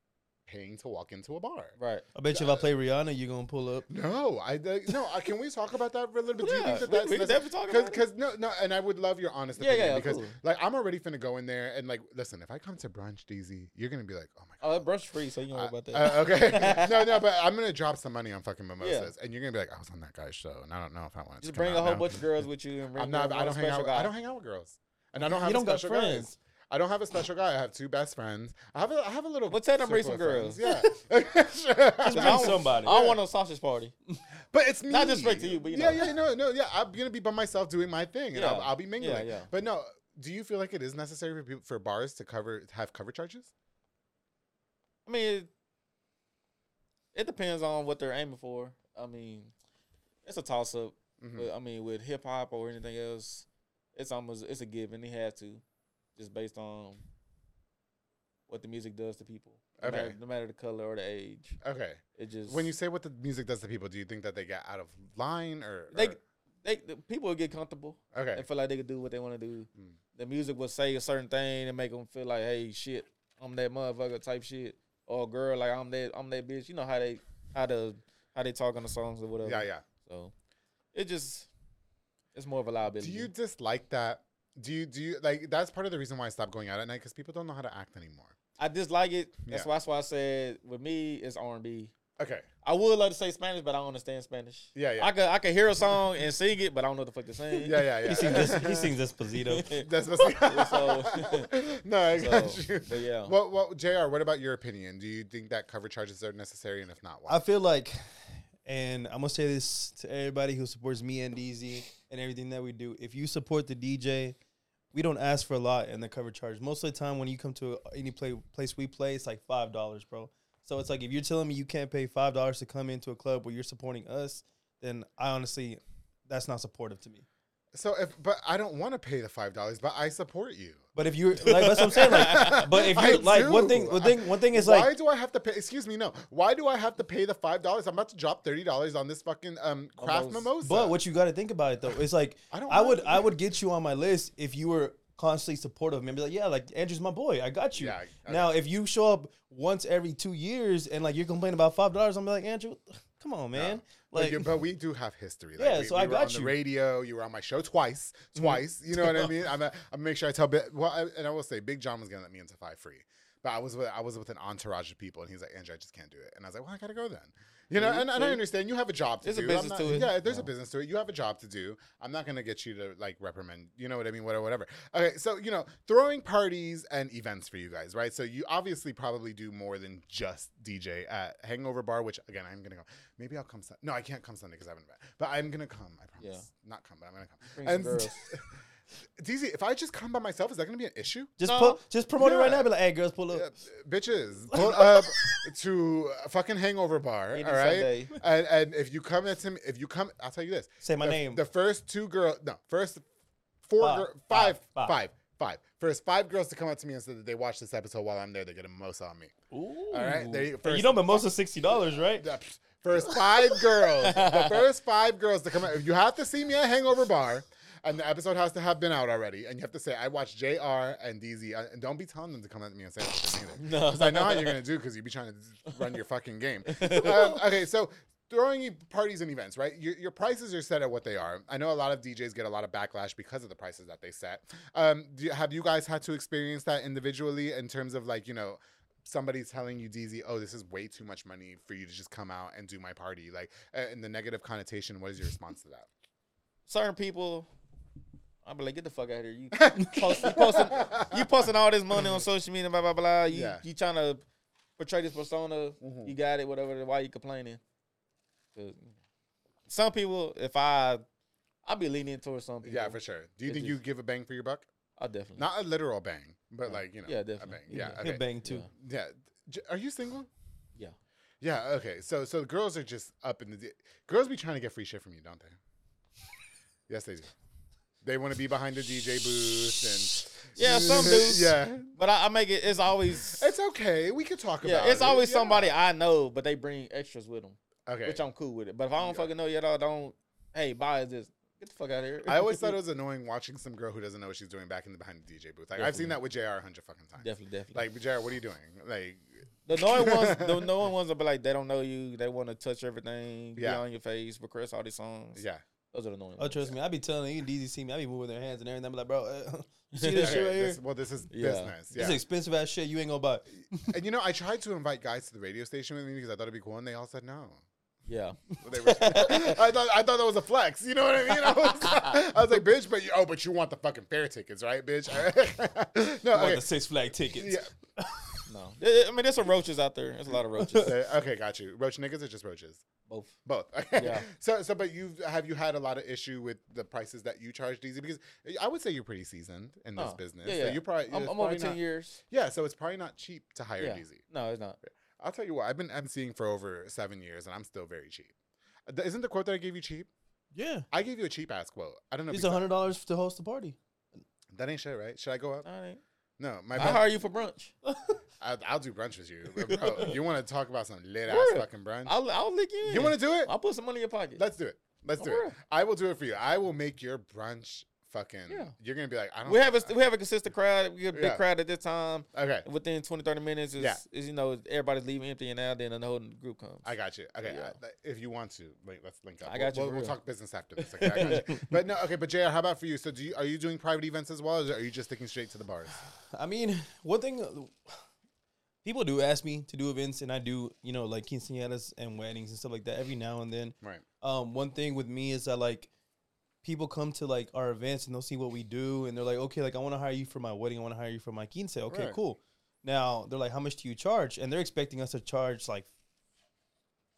A: paying to walk into a bar.
C: Right.
D: I bet you if I play Rihanna, you're gonna pull up.
A: No, I like, no. I, can we talk about that for a little bit? Do you
C: Yeah,
A: think that
C: we-
A: that's
C: we can
A: that's-
C: definitely talk about it.
A: Cause, 'cause no, no, and I would love your honest
C: Yeah,
A: opinion
C: yeah,
A: because
C: cool.
A: like I'm already finna go in there and like listen. If I come to brunch, DZ, you're gonna be like, oh my god.
C: Oh, that brush free, so you don't know about that.
A: Uh, okay. no, no, but I'm gonna drop some money on fucking mimosas, and you're gonna be like, I was on that guy's show, and I don't know if I want to
C: Just bring a whole bunch of girls with you and bring
A: I'm not.
C: one
A: I don't hang
C: special
A: out.
C: guy.
A: I don't hang out with girls, and I don't have
D: don't
A: a
D: got
A: special
D: friends.
A: guys. I don't have a special guy. I have two best friends. I have a. I have a little.
C: Well, tell them bring some
A: circle of
C: girls.
A: friends. Yeah.
C: I
D: bring
C: don't-
D: somebody.
C: I don't want no sausage party.
A: But it's me.
C: Not disrespect to you, but you
A: yeah,
C: know.
A: yeah, no, no, yeah. I'm gonna be by myself doing my thing, and I'll,
C: Yeah.
A: I'll be
C: Yeah,
A: mingling.
C: yeah.
A: But no, do you feel like it is necessary for people, for bars to cover have cover charges?
C: I mean, it, it depends on what they're aiming for. I mean, it's a toss up.
A: Mm-hmm.
C: But I mean, with hip hop or anything else, it's almost it's a given. They have to, just based on what the music does to people. No,
A: Okay.
C: matter, no matter the color or the age,
A: Okay.
C: it just
A: When you say what the music does to people, do you think that they get out of line or?
C: they
A: or-
C: they the people would get comfortable.
A: Okay. Mm.
C: and feel like they could do what they want to do. The music will say a certain thing and make them feel like, hey, shit, I'm that motherfucker type shit, or girl, like I'm that, I'm that bitch. You know how they, how the, how they talk on the songs or whatever.
A: yeah, yeah.
C: So, it just, it's more of a liability.
A: Do you dislike that? Do you do you like that's part of the reason why I stopped going out at night because people don't know how to act anymore.
C: I dislike it. That's
A: Yeah.
C: why, that's why I said with me it's R and B.
A: Okay.
C: I would love to say Spanish, but I don't understand Spanish.
A: Yeah, yeah.
C: I could I could hear a song and sing it, but I don't know what the fuck they're saying.
A: Yeah, yeah, yeah.
D: He sings this. He sings Esposito.
A: That's what's like,
C: So-
A: no, I got
C: so,
A: you.
C: but yeah.
A: Well, well, Jr. What about your opinion? Do you think that cover charges are necessary, and if not, why?
D: I feel like, and I'm gonna say this to everybody who supports me and DZ and everything that we do. If you support the DJ, we don't ask for a lot in the cover charge. Most of the time, when you come to any play, place we play, it's like five dollars, bro. So it's like if you're telling me you can't pay five dollars to come into a club where you're supporting us, then I honestly, that's not supportive to me.
A: so if, but I don't want to pay the five dollars, but I support you.
D: But if you're like that's what I'm saying. Like, but if
A: I
D: you're like one
A: do.
D: thing, one thing, one thing is
A: why
D: like
A: do I have to pay? Excuse me, no. Why do I have to pay the five dollars? I'm about to drop thirty dollars on this fucking um craft
C: those-
A: mimosa.
D: But what you got to think about it though is like
A: I
D: I,
A: don't
D: would
A: mind.
D: I would get you on my list if you were constantly supportive of me. I'd be like, yeah, like Andrew's my boy. I got you.
A: Yeah, I- I-
D: now if you show up once every two years and like you're complaining about five dollars, I'm like Andrew, come on man.
A: But,
D: Like
A: you- but we do have history.
D: Yeah,
A: we,
D: so
A: we
D: I
A: were
D: got
A: on the
D: you. Mm-hmm.
A: radio. You were on my show twice, twice. You know what I mean? I'm gonna make sure I tell. Big, well, I, and I will say, Big John was gonna let me into Five Free, but I was with I was with an entourage of people, and he's like, Andrew, I just can't do it. And I was like, Well, I gotta go then. You know, and, and I understand you have a job to
C: There's a
A: do. I'm not-
C: business to it.
A: Yeah, there's a business to it. You have a job to do. I'm not gonna get you to like reprimand. You know what I mean? Whatever, whatever. Okay, so you know, throwing parties and events for you guys, right? So you obviously probably do more than just DJ at Hangover Bar, which again, I'm gonna go. Maybe I'll come. Sun- no, I can't come Sunday because I have an event. But I'm gonna come. I promise. Not come, but I'm gonna come.
C: Bring some girls.
A: DZ, if I just come by myself, is that gonna be an issue?
D: just
C: No.
D: pu- just promote it
A: Yeah.
D: right now. Be like, hey girls, pull up.
A: Uh, bitches, pull up to a fucking hangover bar,
C: Any
A: all right?
C: Sunday.
A: And, and if you come at him, if you come, I'll tell you this.
D: Say my
A: The-
D: name.
A: The first two girls, no, first four,
D: Five,
A: gir- five, five,
D: five, five.
A: five. First five girls to come up to me and say that they watch this episode while I'm there, they get a mimosa on me.
D: Ooh.
A: All right, there you, first,
D: you know, mimosa sixty dollars, right?
A: the pfft, first five girls, the first five girls to come out. If you have to see me at Hangover Bar, and the episode has to have been out already, and you have to say I watched Jr. and DZ, uh, and don't be telling them to come at me and say anything either, because I know how you're gonna do because you be trying to run your fucking game. Um, okay, so. Throwing e- parties and events, right? Your, your prices are set at what they are. I know a lot of DJs get a lot of backlash because of the prices that they set. Um, do you, have you guys had to experience that individually in terms of like, you know, somebody telling you DZ, oh, this is way too much money for you to just come out and do my party, like uh, in the negative connotation. What is your response to that?
C: certain people, I'm like, get the fuck out of here. You, post, you posting, you posting all this money on social media, blah blah blah. You,
A: Yeah. Mm-hmm.
C: you trying to portray this persona. You got it, whatever. Why you complaining? 'Cause Some people, if I, I be leaning towards some people.
A: Yeah, for sure. Do you
C: It
A: think you
C: just-
A: give a bang for your buck?
C: I definitely.
A: Not a literal bang, but like you know,
C: Yeah,
A: a
C: definitely.
A: bang. Yeah,
D: Yeah,
A: okay.
D: bang too.
A: Yeah, J- are you single?
C: yeah.
A: Yeah, okay. So so the girls are just up in the d- girls be trying to get free shit from you, don't they? yes, they do. They want to be behind the DJ booth and
C: Yeah, some dudes.
A: yeah,
C: But I, I make it. It's always.
A: it's okay. We could talk about.
C: yeah, it's
A: it.
C: always
A: Yeah.
C: somebody I know, but they bring extras with them,
A: Okay,
C: which I'm cool with it. But if I don't
A: Yeah.
C: fucking know you at all, don't. Hey, buy this. Get the fuck out of here.
A: I always thought it was annoying watching some girl who doesn't know what she's doing back in the behind the DJ booth. Like I've seen that with Jr. a hundred fucking times.
C: definitely, definitely.
A: Like Jr., what are you doing? Like,
C: The annoying ones, the annoying ones will be like, they don't know you. They want to touch everything,
A: Yeah.
C: be on your face, request all these songs.
A: yeah,
C: Those are the annoying
D: Oh,
C: ones.
D: trust me, I be telling you, DZ see me, I be moving their hands and everything. I be like, bro, uh, you see
C: Yeah,
D: this shit
A: Okay,
D: right here?
A: this- well, this is
C: Yeah.
A: business. Yeah,
D: This expensive ass shit you ain't gonna buy.
A: and you know, I tried to invite guys to the radio station with me because I thought it'd be cool, and they all said no.
C: Yeah.
A: They were- I thought I thought that was a flex. You know what I mean? I was, I was like, bitch, but you, oh, but you want the fucking fair tickets, right, bitch? no,
D: want
A: okay.
D: the Six Flag tickets.
A: Yeah.
C: No. I I mean, there's some roaches out there. There's a lot of roaches.
A: Uh, okay, got you. Roach niggas or just roaches?
C: Both.
A: Both.
C: Yeah.
A: So, so, but you've have you had a lot of issue with the prices that you charge DZ? Because eh, I would say you're pretty seasoned in this
C: Oh,
A: business.
C: yeah,
A: So
C: yeah.
A: you probably
C: I'm,
A: it's
C: I'm over
A: probably
C: 10
A: not-
C: years.
A: Yeah. So it's probably not cheap to hire
C: Yeah.
A: DZ.
C: No, it's not.
A: I'll tell you what. I've been emceeing for over seven years, and I'm still very cheap. Uh, th- Isn't the quote that I gave you cheap?
D: Yeah.
A: I gave you a cheap ass quote. I don't know. if
D: It's
A: you
D: a
A: saw-
D: hundred dollars to host a party.
A: That ain't shit, right? Should I go up?
C: All right.
A: No, my
C: I
A: bad.
C: hire you for brunch.
A: I'll, I'll do brunch with you. But Bro, you want to talk about some lit ass
C: Word.
A: fucking brunch?
C: I'll, I'll lick you in.
A: you want to do it?
C: I'll put some money in your pocket.
A: Let's do it. Let's do it.
C: Alright.
A: I will do it for you. I will make your brunch fucking.
C: Yeah.
A: You're gonna be like, I don't.
C: we have a we have a consistent crowd. We get a big
A: Yeah.
C: crowd at this time.
A: Okay.
C: Within 20, 30 minutes, is,
A: Yeah.
C: is you know everybody's leaving empty and out. Then the whole group comes.
A: I got you. Okay,
C: Yeah.
A: I- if you want to, like, let's link up.
C: I got you
A: We'll,
C: for
A: we'll, we'll
C: real.
A: talk business after this. Okay, I got you. But no, okay. But Jr., how about for you? So, do you are you doing private events as well, or are you just sticking straight to the bars?
D: I mean, one thing people do ask me to do events, and I do, you know, like quinceañeras and weddings and stuff like that every now and then.
A: Right.
D: Um, one thing with me is that like people come to like our events and they'll see what we do, and they're like, okay, like I want to hire you for my wedding, I want to hire you for my quince. Okay,
A: Right.
D: cool. Now they're like, how much do you charge? And they're expecting us to charge like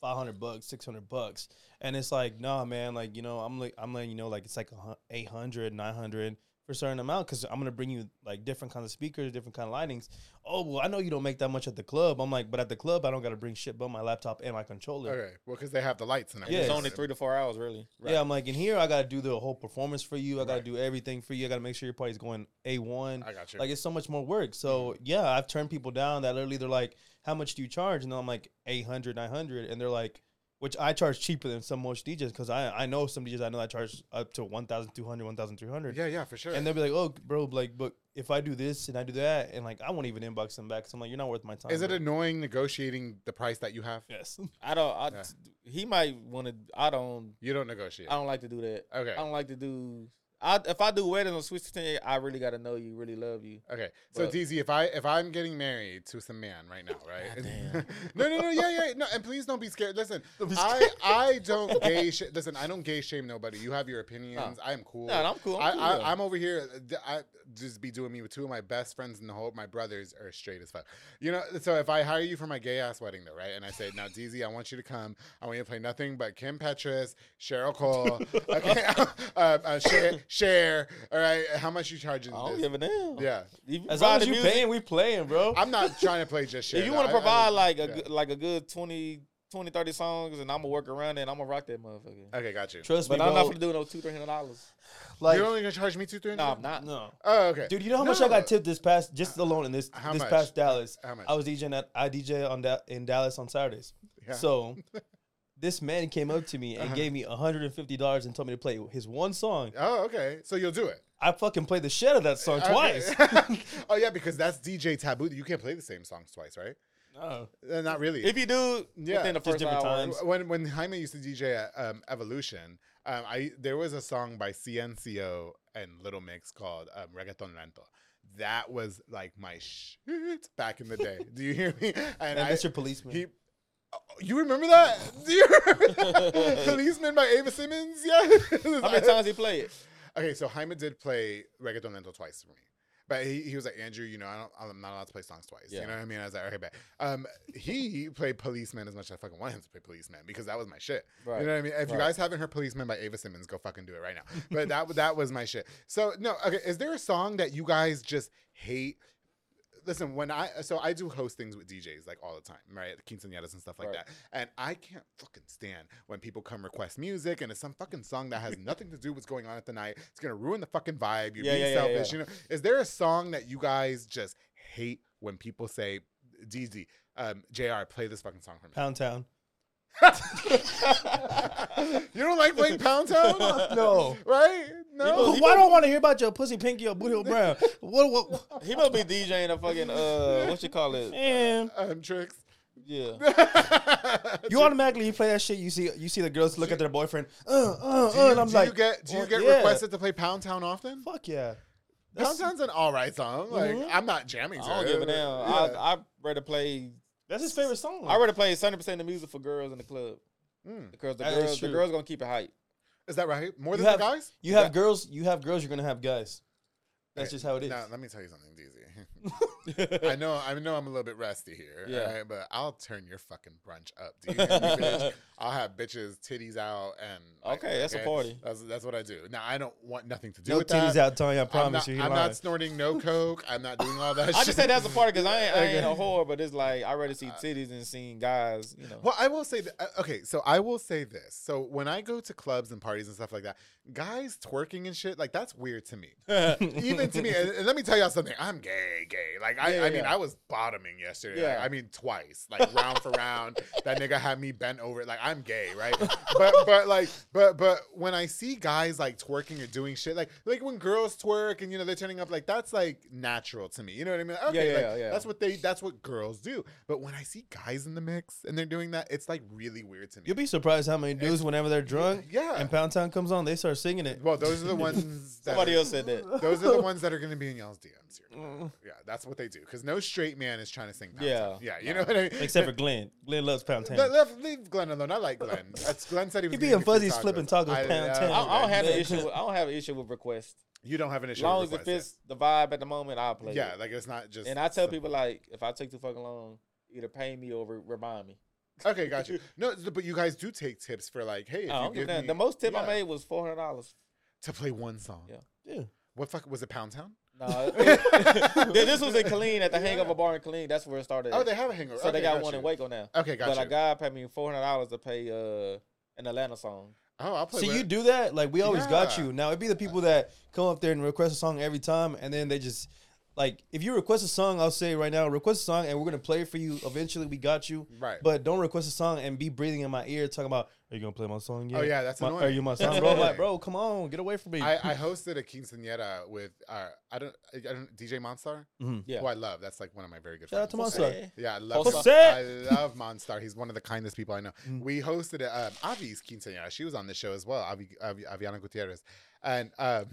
D: five hundred bucks, six hundred bucks, and it's like, nah, man, like you know, I'm like, I'm letting you know, like it's like a hun- 800, 900 for a certain amount because I'm gonna bring you like different kinds of speakers, different kind of lightings. Oh well, I know you don't make that much at the club. I'm like, but at the club, I don't gotta bring shit but my laptop and my controller.
A: Okay. Well, because they have the lights tonight.
D: Yeah.
C: It's only three to four hours, really.
D: Yeah, I'm like, in here, I gotta do the whole performance for you. I gotta do everything for you. I gotta make sure your party's going a one.
A: I got you.
D: Like it's so much more work.
C: Mm-hmm.
D: So yeah, I've turned people down that literally they're like, "How much do you charge?" And I'm like, 800, 900. and they're like, which I charge cheaper than some most DJs because I I know some DJs I know that charge up to 1,200, 1,300.
A: Yeah, yeah, for sure.
D: And they'll be like, "Oh, bro, like, but if I do this and I do that, and like, I won't even inbox them back. So I'm like, you're not worth my time.
A: Is it
D: bro."
A: annoying negotiating the price that you have?
D: yes?
C: I don't. Oh, I,
A: Yeah.
C: He might want to. I don't.
A: You don't negotiate.
C: I don't like to do that.
A: Okay.
C: I don't like to do. I if I do weddings on Switch to ten, I really gotta know you, really love you.
A: Okay, so
C: Well-
A: DZ, if I if I'm getting married to some man right now, right? no, no, no, yeah, yeah, no, and please don't be scared. Listen, I I don't gay sh- listen. I don't gay shame nobody. You have your opinions. I am cool.
C: No, I'm cool, I'm
A: I,
C: cool,
A: I,
C: though.
A: I'm over here. uh, d- I just be doing me with two of my best friends in the whole. My brothers are straight as fuck. You know, so if I hire you for my gay ass wedding though, right? And I say, now DZ, I want you to come. I want you to play nothing but Kim Petras, Cheryl Cole, okay, uh, uh, Cher, Cher. All right, how much you charging?
C: I don't
A: this?
C: give a damn.
A: yeah.
C: If you
D: As
C: provide
D: long as
C: the
D: you
C: music-
D: paying, we playing, bro.
A: I'm not trying to play just shit.
C: if you want
A: I-
C: to
A: I
C: provide
A: just-
C: like a
A: yeah.
C: good, like a good 20, 20, 30 songs, and I'm gonna work around it, and I'm gonna rock that motherfucker.
A: Okay, got you.
D: Trust
C: but
D: me,
C: I'm
D: bro.
C: not gonna do no two, three hundred dollars.
D: like,
A: You're only gonna charge me two three hundred.
C: No, I'm not.
D: no.
A: Oh, okay.
D: Dude, you know how much I
A: No.
D: got tipped this past just alone in this
A: How
D: this
A: much?
D: past Dallas.
A: How much?
D: I was DJing at I DJ on da- in Dallas on Saturdays.
A: Yeah.
D: So this man came up to me and gave me
A: Uh-huh.
D: $150 and told me to play his one song.
A: Oh, okay. So you'll do it
D: I fucking played the shit out of that song
A: Okay.
D: twice.
A: oh yeah, because that's DJ taboo. You can't play the same songs twice, right?
D: No.
A: Uh, not really.
C: If you do,
A: Yeah.
C: within the
A: Just
C: first
D: different
C: hour,
D: times.
A: when when Jaime used to DJ at um, Evolution, um, I there was a song by CNCO and Little Mix called um, Reggaeton Lento. That was like my shit back in the day. Do you hear me?
D: And
A: I-
D: Mr. Policeman.
A: He, Oh, you remember that? Do you remember that? Policeman by Ava Simmons? Yeah.
C: how many times he play it?
A: Okay, so Jaime did play Reggaeton Lento twice for me. But he, he was like, Andrew, you know, I don't, I'm not allowed to play songs twice. You
C: Yeah.
A: know what I mean? I was like, okay, bet. Um, he played Policeman as much as I fucking wanted him to play Policeman because that was my shit.
C: Right.
A: You know what I mean? If you
C: Right.
A: guys haven't heard Policeman by Ava Simmons, go fucking do it right now. But that that was my shit. So no, okay, is there a song that you guys just hate? Listen, when I so I do host things with DJs like all the time, right? Quinceañeras and stuff like
C: Right.
A: that. And I can't fucking stand when people come request music and it's some fucking song that has nothing to do with what's going on at the night. It's gonna ruin the fucking vibe. You're
C: Yeah,
A: being
C: yeah, yeah,
A: selfish.
C: yeah.
A: You know, is there a song that you guys just hate when people say, DZ, um, JR, play this fucking song for me?
D: Pound Town.
A: you don't like playing Pound Town?
D: No.
A: Right? No.
D: Why don't I want to hear about your pussy pinky or booty hole brown? What, what,
C: He must be DJing a fucking uh, what you call it?
D: man.
A: Um, tricks.
C: Yeah,
D: You automatically you play that shit. You see you see the girls look at their boyfriend. Uh, uh, uh, and I'm
A: do
D: like,
A: you get do you
D: well,
A: get
D: yeah.
A: requested to play Pound Town often?
D: Fuck yeah.
A: Pound Town's an all right song. Like I'm not jamming.
C: Mm-hmm. I
A: to
C: don't
A: it.
C: give a damn.
A: Yeah.
C: I I rather play.
D: That's his favorite song.
C: I rather play seventy percent of the music for girls in the club
A: Hmm.
C: because the
D: That is
C: girls the
D: true.
C: girls gonna keep it hype.
A: Is that right? More
D: you
A: than
D: have
A: the guys?
D: You have girls. You have girls. You're gonna have guys. That's just how it is.
A: Now let me tell you something, DZ. I know I know I'm a little bit rusty here,
C: Yeah.
A: alright, but I'll turn your fucking brunch up, DZ. you bitch. I'll have bitches titties out and like,
C: Okay, that's a party.
A: That's that's what I do. Now I don't want nothing to do
D: no
A: with
D: titties
A: that.
D: out, Tony. I
A: I'm
D: promise
A: not,
D: you.
A: I'm not snorting no coke. I'm not doing all that shit.
C: I just say that's a part because I ain't, I ain't a whore, but it's like I rather see titties than seeing guys. You know,
A: Well, I will say that. uh, Okay, so I will say this. So when I go to clubs and parties and stuff like that, guys twerking and shit, like that's weird to me. Even to me. And, and let me tell y'all something. I'm gay, gay. Like I,
C: Yeah,
A: I mean,
C: yeah.
A: I was bottoming yesterday.
C: Yeah.
A: Like, I mean, twice, like round for round. That nigga had me bent over. Like I'm gay, right? but but like but but when I see guys like twerking or doing shit, like like when girls twerk and you know they're turning up, like that's like natural to me. You know what I mean? Okay,
C: yeah,
A: like,
C: yeah.
A: that's what they that's what girls do. But when I see guys in the mix and they're doing that, it's like really weird to me.
D: You'll be surprised how many dudes, whenever they're drunk,
A: Yeah.
D: and Pound Town comes on, they start singing it.
A: well, those are the ones that
C: somebody
A: are,
C: else said that.
A: those are the ones that are gonna be in y'all's DMs here. Yeah, that's what they do. Because no straight man is trying to sing. Pound
C: Yeah.
A: Town. yeah, you know what I mean.
D: Except for Glenn. Glenn loves Pound
A: Le-
D: Town.
A: left, leave Glenn alone. I like Glenn. That's Glenn said he was
D: He be
A: gonna
D: in
A: get free
D: fuzzies flipping tacos,
A: I uh,
D: pound
A: love
D: ten.
C: I, I don't have an
D: Yeah.
C: issue. With, I don't have an issue with requests.
A: You don't have an
C: As
A: issue.
C: long
A: with
C: as it
A: requests,
C: fits the vibe at the moment, I'll
A: yeah.
C: play.
A: Yeah,
C: it.
A: like it's not just.
C: and I tell
A: some-
C: people like, if I take too fucking long, either pay me or re- remind me.
A: Okay, got you. No, it's- but you guys do take tips for like, hey, if
C: I
A: you
C: don't give
A: give
C: a damn.
A: me-
C: the most tip I
A: yeah,
C: made was four hundred dollars.
A: to play one song.
C: Yeah.
D: Yeah.
A: What fuck was it? Pound Town.
C: No, it- this was in Killeen at the Hangover Bar in Killeen. That's where it started.
A: Oh,
C: at.
A: they have a hangover.
C: so
A: okay,
C: they got,
A: got
C: one
A: you.
C: in Waco now.
A: Okay, got
C: but a
A: you.
C: guy paid me four hundred dollars to pay uh, an Atlanta song.
A: Oh, I'll play.
D: See,
A: where-
D: you do that. Like we always got
A: Yeah.
D: you. Now it'd be the people that come up there and request a song every time, and then they just like if you request a song, I'll say right now, request a song, and we're gonna play it for you. Eventually, we got you.
A: Right.
D: But don't request a song and be breathing in my ear talking about, are you gonna play my song
A: Oh,
D: yet?
A: yeah, that's
D: my, Are
A: annoying.
D: you my
A: That's
D: song, bro? I'm
A: annoying.
D: like, bro, come on, get away from me.
A: I, I hosted a quinceanera with uh, I don't I don't DJ Monstar,
D: Mhm.
C: Yeah.
A: who I love. That's like one of my very good
D: Shout out
A: friends.
D: to Monster.
C: Jose.
A: Yeah, I love
D: Jose.
A: I love Monstar. He's one of the kindest people I know.
C: Mm.
A: We hosted it, um, Avi's quinceañera. She was on this show as well, Avi, Avi Aviana Gutierrez, and um,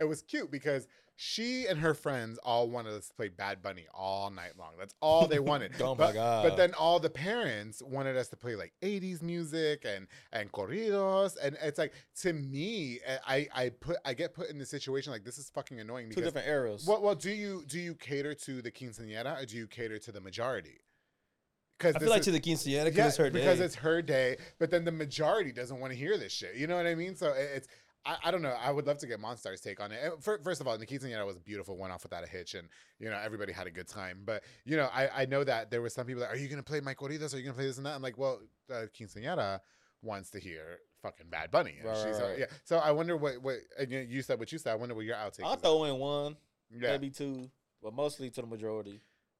A: it was cute because she and her friends all wanted us to play Bad Bunny all night long. That's all they wanted.
C: Oh my
A: but,
C: God.
A: But then all the parents wanted us to play like '80s music and and corridos, and it's like to me, eh, I I put I get put in the situation like this is fucking annoying
C: Two
A: because
C: different eras.
A: well, well, do you do you cater to the quinceañera or do you cater to the majority? Because
D: I feel like to the quinceañera because it's her
A: because
D: day.
A: it's her day. But then the majority doesn't want to hear this shit. You know what I mean? So it, it's. I, I don't know. I would love to get Monstar's take on it. And fir- First of all, the quinceañera was a beautiful one off without a hitch, and you know everybody had a good time. But you know, I, I know that there were some people like, "Are you going to play my corridos? Are you going to play this and that?" I'm like, "Well, uh, quinceañera wants to hear fucking Bad Bunny." And
C: Right,
A: she's,
C: right,
A: uh,
C: right.
A: yeah. So I wonder what what and you, you said what you said. I wonder what your outtake.
C: I'll
A: is.
C: throw in one,
A: yeah,
C: maybe two, but mostly to the majority.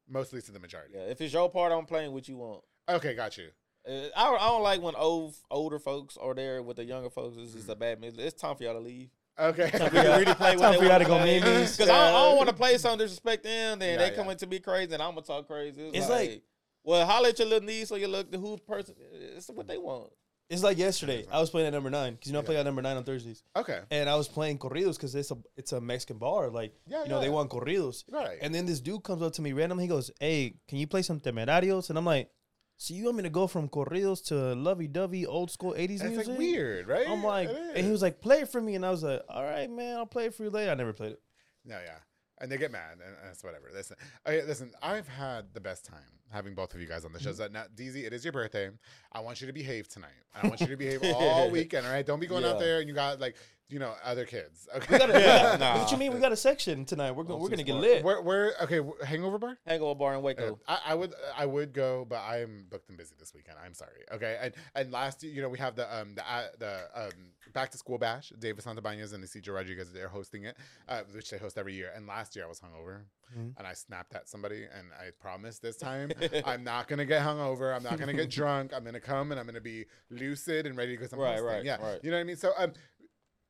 A: mostly to the majority.
C: Yeah, if it's your part, I'm playing what you want.
A: Okay, got you.
C: Uh, I, don't- I don't like when old older folks are there with the younger folks. It's just a bad mix. It's time for y'all to leave.
A: Okay.
C: We can really play what
D: Time
C: they
D: for y'all
C: wanna
D: to go
C: play.
D: memes.
C: Cause I, don't- I don't want to play something disrespect them. Then
A: Yeah,
C: they come
A: yeah.
C: in to be crazy, and I'm gonna talk crazy. It's,
D: It's
C: like,
D: like-
C: well, holler at your little niece or your little who person. It's what they want.
D: It's like yesterday. I was playing at number nine because you know I play at number nine on Thursdays.
A: okay.
D: and I was playing corridos because it's a it's a Mexican bar, like
A: Yeah,
D: you know they
A: yeah.
D: want corridos.
A: Right.
D: And then this dude comes up to me randomly. He goes, "Hey, can you play some temerarios?" And I'm like, "So you want me to go from corridos to lovey dovey old school '80s
A: It's
D: music?"
A: like weird, right?
D: I'm like,
A: It
D: and he was like, "Play it for me," and I was like, "All right, man, I'll play it for you later." I never played it.
A: no, yeah. And they get mad, and that's whatever. Listen, okay, listen. I've had the best time having both of you guys on the
D: Mm-hmm.
A: show. So now, DZ, it is your birthday. I want you to behave tonight. I want you to behave all weekend. All right, don't be going out
C: Yeah.
A: there and you got like, you know, other kids. Okay,
C: Yeah,
D: What you
C: nah.
D: mean? We got a section tonight. We're gonna we're
C: too
D: gonna get
C: smart.
D: lit.
A: we're, we're okay. w- Hangover bar.
C: Hangover bar in
A: Uh,
C: Waco.
A: I, I would I would go, but I am booked and busy this weekend. I'm sorry. Okay, and and last year, you know, we have the um the uh, the um back to school bash. David Santabañez and Isidro Rodriguez they're hosting it, uh, which they host every year. And last year I was hungover,
C: Mm-hmm.
A: and I snapped at somebody, and I promise this time I'm not gonna get hungover. I'm not gonna get drunk. I'm gonna come and I'm gonna be lucid and ready to go. 'cause I'm
C: Right,
A: hosting.
C: right,
A: yeah.
C: right.
A: You know what I mean? So um,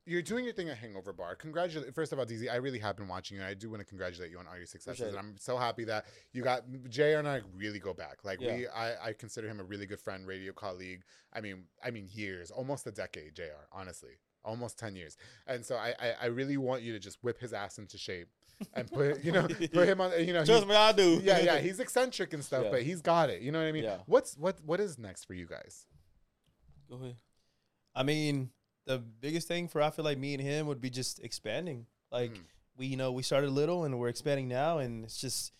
A: you're doing your thing at Hangover Bar. Congratulate. First of all, DZ, I really have been watching you. and I do want to congratulate you on all your successes,
C: Appreciate
A: and
C: it.
A: I'm so happy that you got Jay and I really go back. Like we,
C: Yeah.
A: I, I consider him a really good friend, radio colleague. I mean, I mean years, almost a decade. Jr. Honestly, almost ten years. And so I, I, I really want you to just whip his ass into shape and put, you know, put him on. You know,
C: Trust
A: he's-
C: me, I do.
A: yeah, yeah, he's eccentric and stuff,
C: Yeah.
A: but he's got it. You know what I mean?
C: Yeah.
A: What's what what is next for you guys?
C: Go ahead.
D: I mean, the biggest thing for I feel like me and him would be just expanding. Like
A: Hmm.
D: we, you know, we started little and we're expanding now, and it's just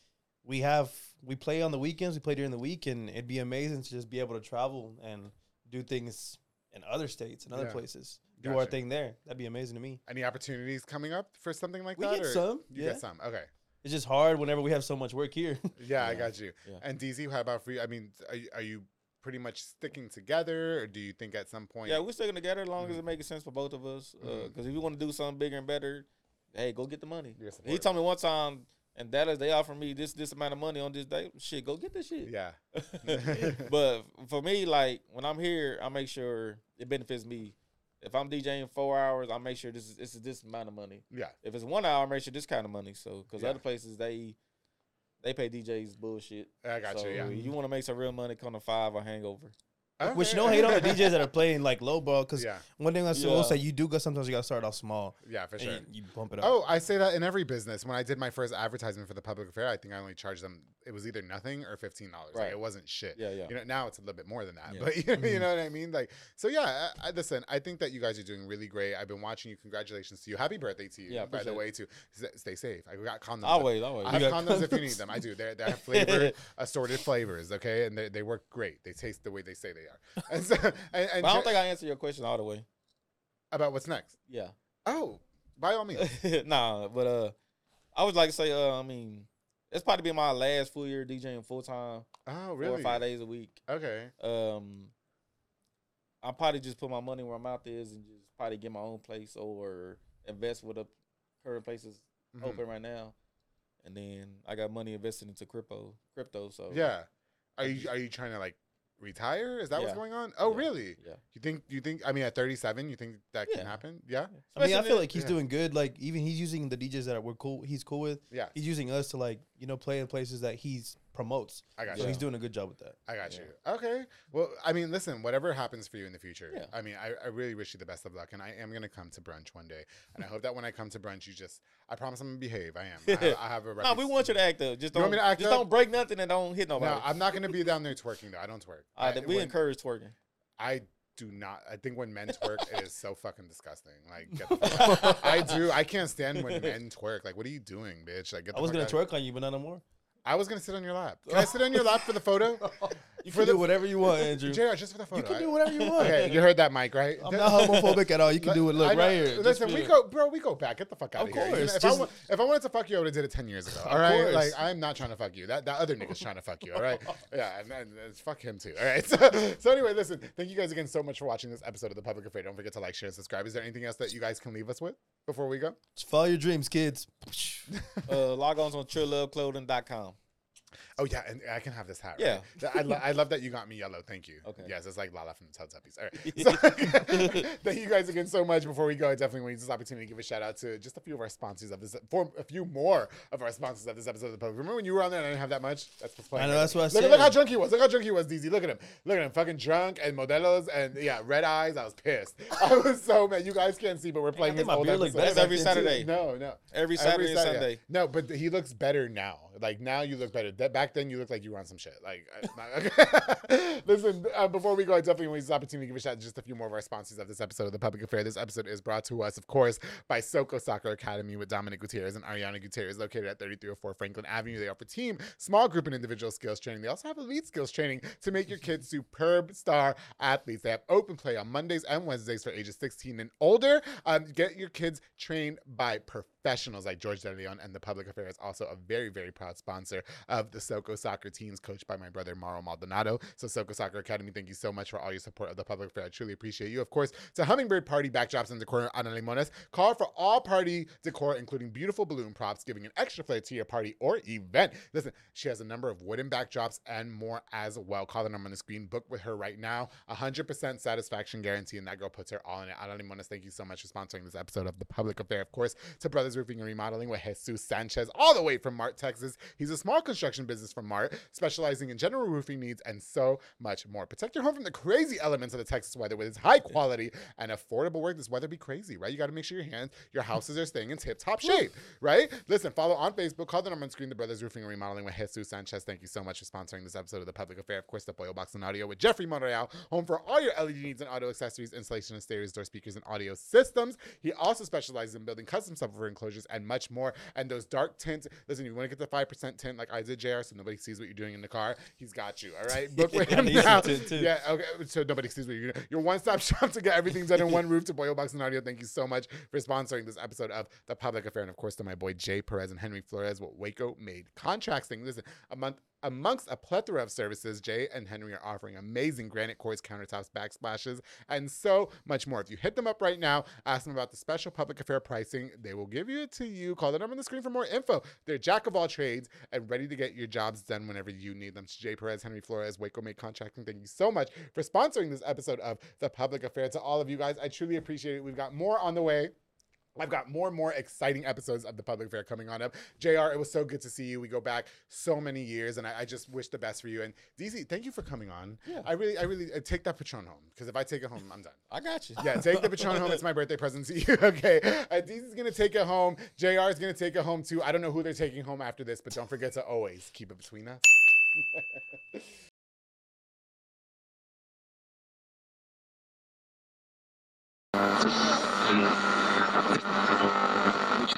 D: we have we play on the weekends, we play during the week, and it'd be amazing to just be able to travel and do things in other states and other
A: Yeah.
D: places. Do our
A: Gotcha.
D: thing there. That'd be amazing to me.
A: Any opportunities coming up for something like
D: We
A: that?
D: get some,
A: You
D: yeah.
A: get some. Okay.
D: It's just hard whenever we have so much work here.
A: Yeah, I got you.
C: yeah.
A: And DZ, how about for you? I mean, are, you- are you pretty much sticking together, or do you think at some point?
C: Yeah, we're sticking together as
A: Mm-hmm.
C: long as it makes sense for both of us. Because if you want to do something bigger and better, hey, go get the money.
A: Your
C: He
A: support.
C: told me one time, and that is they offered me this this amount of money on this day. Shit, go get this shit.
A: yeah,
C: but for me, like when I'm here, I make sure it benefits me. If I'm DJing four hours, I make sure this is this is this amount of money.
A: yeah,
C: If it's one hour, I make sure this kind of money. So because
A: Yeah.
C: other places they they pay DJs bullshit.
A: I got
C: So,
A: you. Yeah.
C: you want to make some real money, come to five or hangover.
D: Which no hate on the DJs that are playing like low ball because
A: Yeah.
D: one thing I still will
C: Yeah.
D: say you do go sometimes you gotta start off small.
A: Yeah, for
D: and
A: sure.
D: you- You, bump it up.
A: Oh, I say that in every business. When I did my first advertisement for the public affair, I think I only charged them. It was either nothing or fifteen dollars. Like
C: Right.
A: it wasn't shit.
C: Yeah, yeah.
A: You know, now it's a little bit more than that.
C: Yeah. Mm-hmm.
A: But you know, you know what I mean. Like, so yeah. I, I, listen, I think that you guys are doing really great. I've been watching you. Congratulations to you. Happy birthday to you.
C: Yeah,
A: by the
C: appreciate
A: way, too. S- Stay safe. I got condoms.
C: Always, always.
A: I
C: Oh, You
A: have
C: got
A: condoms if you
C: condoms.
A: need them. I do. They're, they're flavored, assorted flavors. Okay, and they, they work great. They taste the way they say they are. And so, and, and
C: But I don't
A: ju-
C: think I answered your question all the way.
A: about what's next.
C: Yeah.
A: Oh, by all means.
C: nah, but uh, I would like to say, uh, I mean, it's probably been my last full year DJing full time,
A: Oh,
C: four or
A: really?
C: five days a week.
A: Okay.
C: Um, I probably just put my money where my mouth is and just probably get my own place or invest with the current places
A: Mhm.
C: open right now. And then I got money invested into crypto, crypto. So
A: Yeah. Are you are you trying to like retire? Is that what's
C: Yeah.
A: going on? Oh,
C: Yeah.
A: really?
C: yeah.
A: You think you think I mean at 37, you think that
C: Yeah.
A: can happen? Yeah.
D: I mean, I
C: Especially
D: feel
C: in-
D: like he's
A: yeah.
D: doing good. Like even he's using the DJs that we're cool. He's cool with.
A: Yeah.
D: He's using us to like you know play in places that he's promotes.
A: I got
D: So
A: you.
D: he's doing a good job with that.
A: I got
C: Yeah.
A: you. Okay. Well, I mean, listen, whatever happens for you in the future,
C: Yeah.
A: I mean, I, I really wish you the best of luck. And I am going to come to brunch one day. And I hope that when I come to brunch, you just, I promise I'm going to behave. I am. I have, I have a
C: Nah, we want you to act up. Just
A: You
C: don't,
A: want me to act
C: just
A: up?
C: don't break nothing and don't hit nobody.
A: No, I'm not going to be down there twerking, though. I don't twerk.
C: Uh,
A: I,
C: that we
A: when-
C: encourage twerking.
A: I do not. I think when men twerk, it is so fucking disgusting. Like, get the fuck out. I do. I can't stand when men twerk. Like, what are you doing, bitch? Like, get the
D: I was
A: fuck
D: gonna
A: out of here.
D: twerk on you, but not no more.
A: I was gonna sit on your lap. Can I sit on your lap for the photo?
D: You
A: For
D: can do
A: the-
D: whatever you want, Andrew.
A: JR, just for the photo.
D: you can
A: I-
D: do whatever you want.
A: Okay, you heard that, Mike, right?
D: I'm not homophobic at all. You can do it.
A: I
D: Look
A: know-
D: right here. Just
A: Listen,
D: feel
A: we
D: it.
A: go, bro. We go back. Get the fuck out
D: Of
A: of here. You know,
D: course,
A: if, I
D: just-
A: wa- if I wanted to fuck you, I would have did it ten years ago. All right,
D: course.
A: like I'm not trying to fuck you. That that other nigga's trying to fuck you. All right, yeah, and, and, and fuck him too. All right. So, so anyway, listen. Thank you guys again so much for watching this episode of the Public Affair. Don't forget to like, share, and subscribe. Is there anything else that you guys can leave us with before we go?
D: Just follow your dreams, kids.
C: uh, log on to trillloveclothing.com.
A: Oh yeah, and I can have this hat.
C: Yeah.
A: right? Th- I, lo- I love that you got me yellow. Thank you.
C: Okay.
A: Yes, it's like Lala from the Teletubbies. All right. So, thank you guys again so much. Before we go, I definitely want to use this opportunity to give a shout out to just a few of our sponsors of this, for a few more of our sponsors of this episode of the public. Remember when you were on there and I didn't have that much? That's what's playing.
D: I know,
A: right
D: that's
A: now.
D: what I
A: Look, at- look how
D: said.
A: drunk he was. Look how drunk he was, DZ. Look at him. Look at him, fucking drunk and modelos and yeah, red eyes. I was pissed. I was so mad. You guys can't see, but we're playing
D: think
A: this
D: my
A: old
D: beard looks
A: episode.
D: better
C: That's every
D: back then, too.
C: Saturday.
A: No, no.
C: Every Saturday and Sunday.
A: No, but he looks better now. Like now, you look better. That back then, you looked like you were on some shit. Like, I- listen. Uh, before we go, I definitely want to use this opportunity to give a shout out to just a few more of our sponsors of this episode of the Public Affair. This episode is brought to us, of course, by Soko Soccer Academy with Dominic Gutierrez and Ariana Gutierrez, located at 3304 Franklin Avenue. They offer team, small group, and individual skills training. They also have elite skills training to make your kids superb star athletes. They have open play on Mondays and Wednesdays for ages 16 and older. Um, get your kids trained by professionals like George De Leon, and the Public Affair is also a very, very proud sponsor of the Soco soccer teams, coached by my brother Mauro Maldonado. So, Soco Soccer Academy, thank you so much for all your support of the Public Affair. I truly appreciate you. Of course, to Hummingbird Party Backdrops and Decor Ana Limones, call for all party decor, including beautiful balloon props, giving an extra flair to your party or event. Listen, she has a number of wooden backdrops and more as well. Call the number on the screen. Book with her right now. 100% satisfaction guarantee, and that girl puts her all in it. Ana Limones, thank you so much for sponsoring this episode of The Public Affair. Of course, to Brothers Roofing and Remodeling with Jesus Sanchez, all the way from Mart, Texas. He's a small construction business from Mart, specializing in general roofing needs and so much more. Protect your home from the crazy elements of the Texas weather with its high quality and affordable work. This weather be crazy, right? You got to make sure your hands, your houses are staying in tip top shape, right? Listen, follow on Facebook, call the number on screen, The Brothers Roofing and Remodeling with Jesus Sanchez. Thank you so much for sponsoring this episode of The Public Affair. Of course, the Boil Box and Audio with Jeffrey Monreal, home for all your LED needs and audio accessories, installation of stereo door speakers, and audio systems. He also specializes in building custom subwoofer enclosures and much more. And those dark tints, listen, you want to get the 5% tint like I did, JR, so nobody sees what you're doing in the car. He's got you, all right? Book with him
D: He needs
A: now.
D: some tint, too.
A: Yeah, okay, so nobody sees what you're doing. Your one stop shop to get everything done in one roof to Boil Box and Audio. Thank you so much for sponsoring this episode of The Public Affair. And of course, to my boy Jay Perez and Henry Flores, what Waco made contracts thing. Listen, a month. Amongst a plethora of services, Jay and Henry are offering amazing granite quartz countertops, backsplashes, and so much more. If you hit them up right now, ask them about the special public affair pricing, they will give it to you. Call the number on the screen for more info. They're jack of all trades and ready to get your jobs done whenever you need them. It's Jay Perez, Henry Flores, Waco Made Contracting. Thank you so much for sponsoring this episode of The Public Affair. To all of you guys, I truly appreciate it. We've got more on the way. I've got more and more exciting episodes of the public fair coming on up. JR, it was so good to see you. We go back so many years, and I, I just wish the best for you. And DZ, thank you for coming on. Yeah. I really, I really uh, take that Patron home because if I take it home, I'm done.
C: I got you.
A: Yeah, take the Patron home. It's my birthday present to you. okay. Uh, DZ's going to take it home. JR is going to take it home too. I don't know who they're taking home after this, but don't forget to always keep it between us.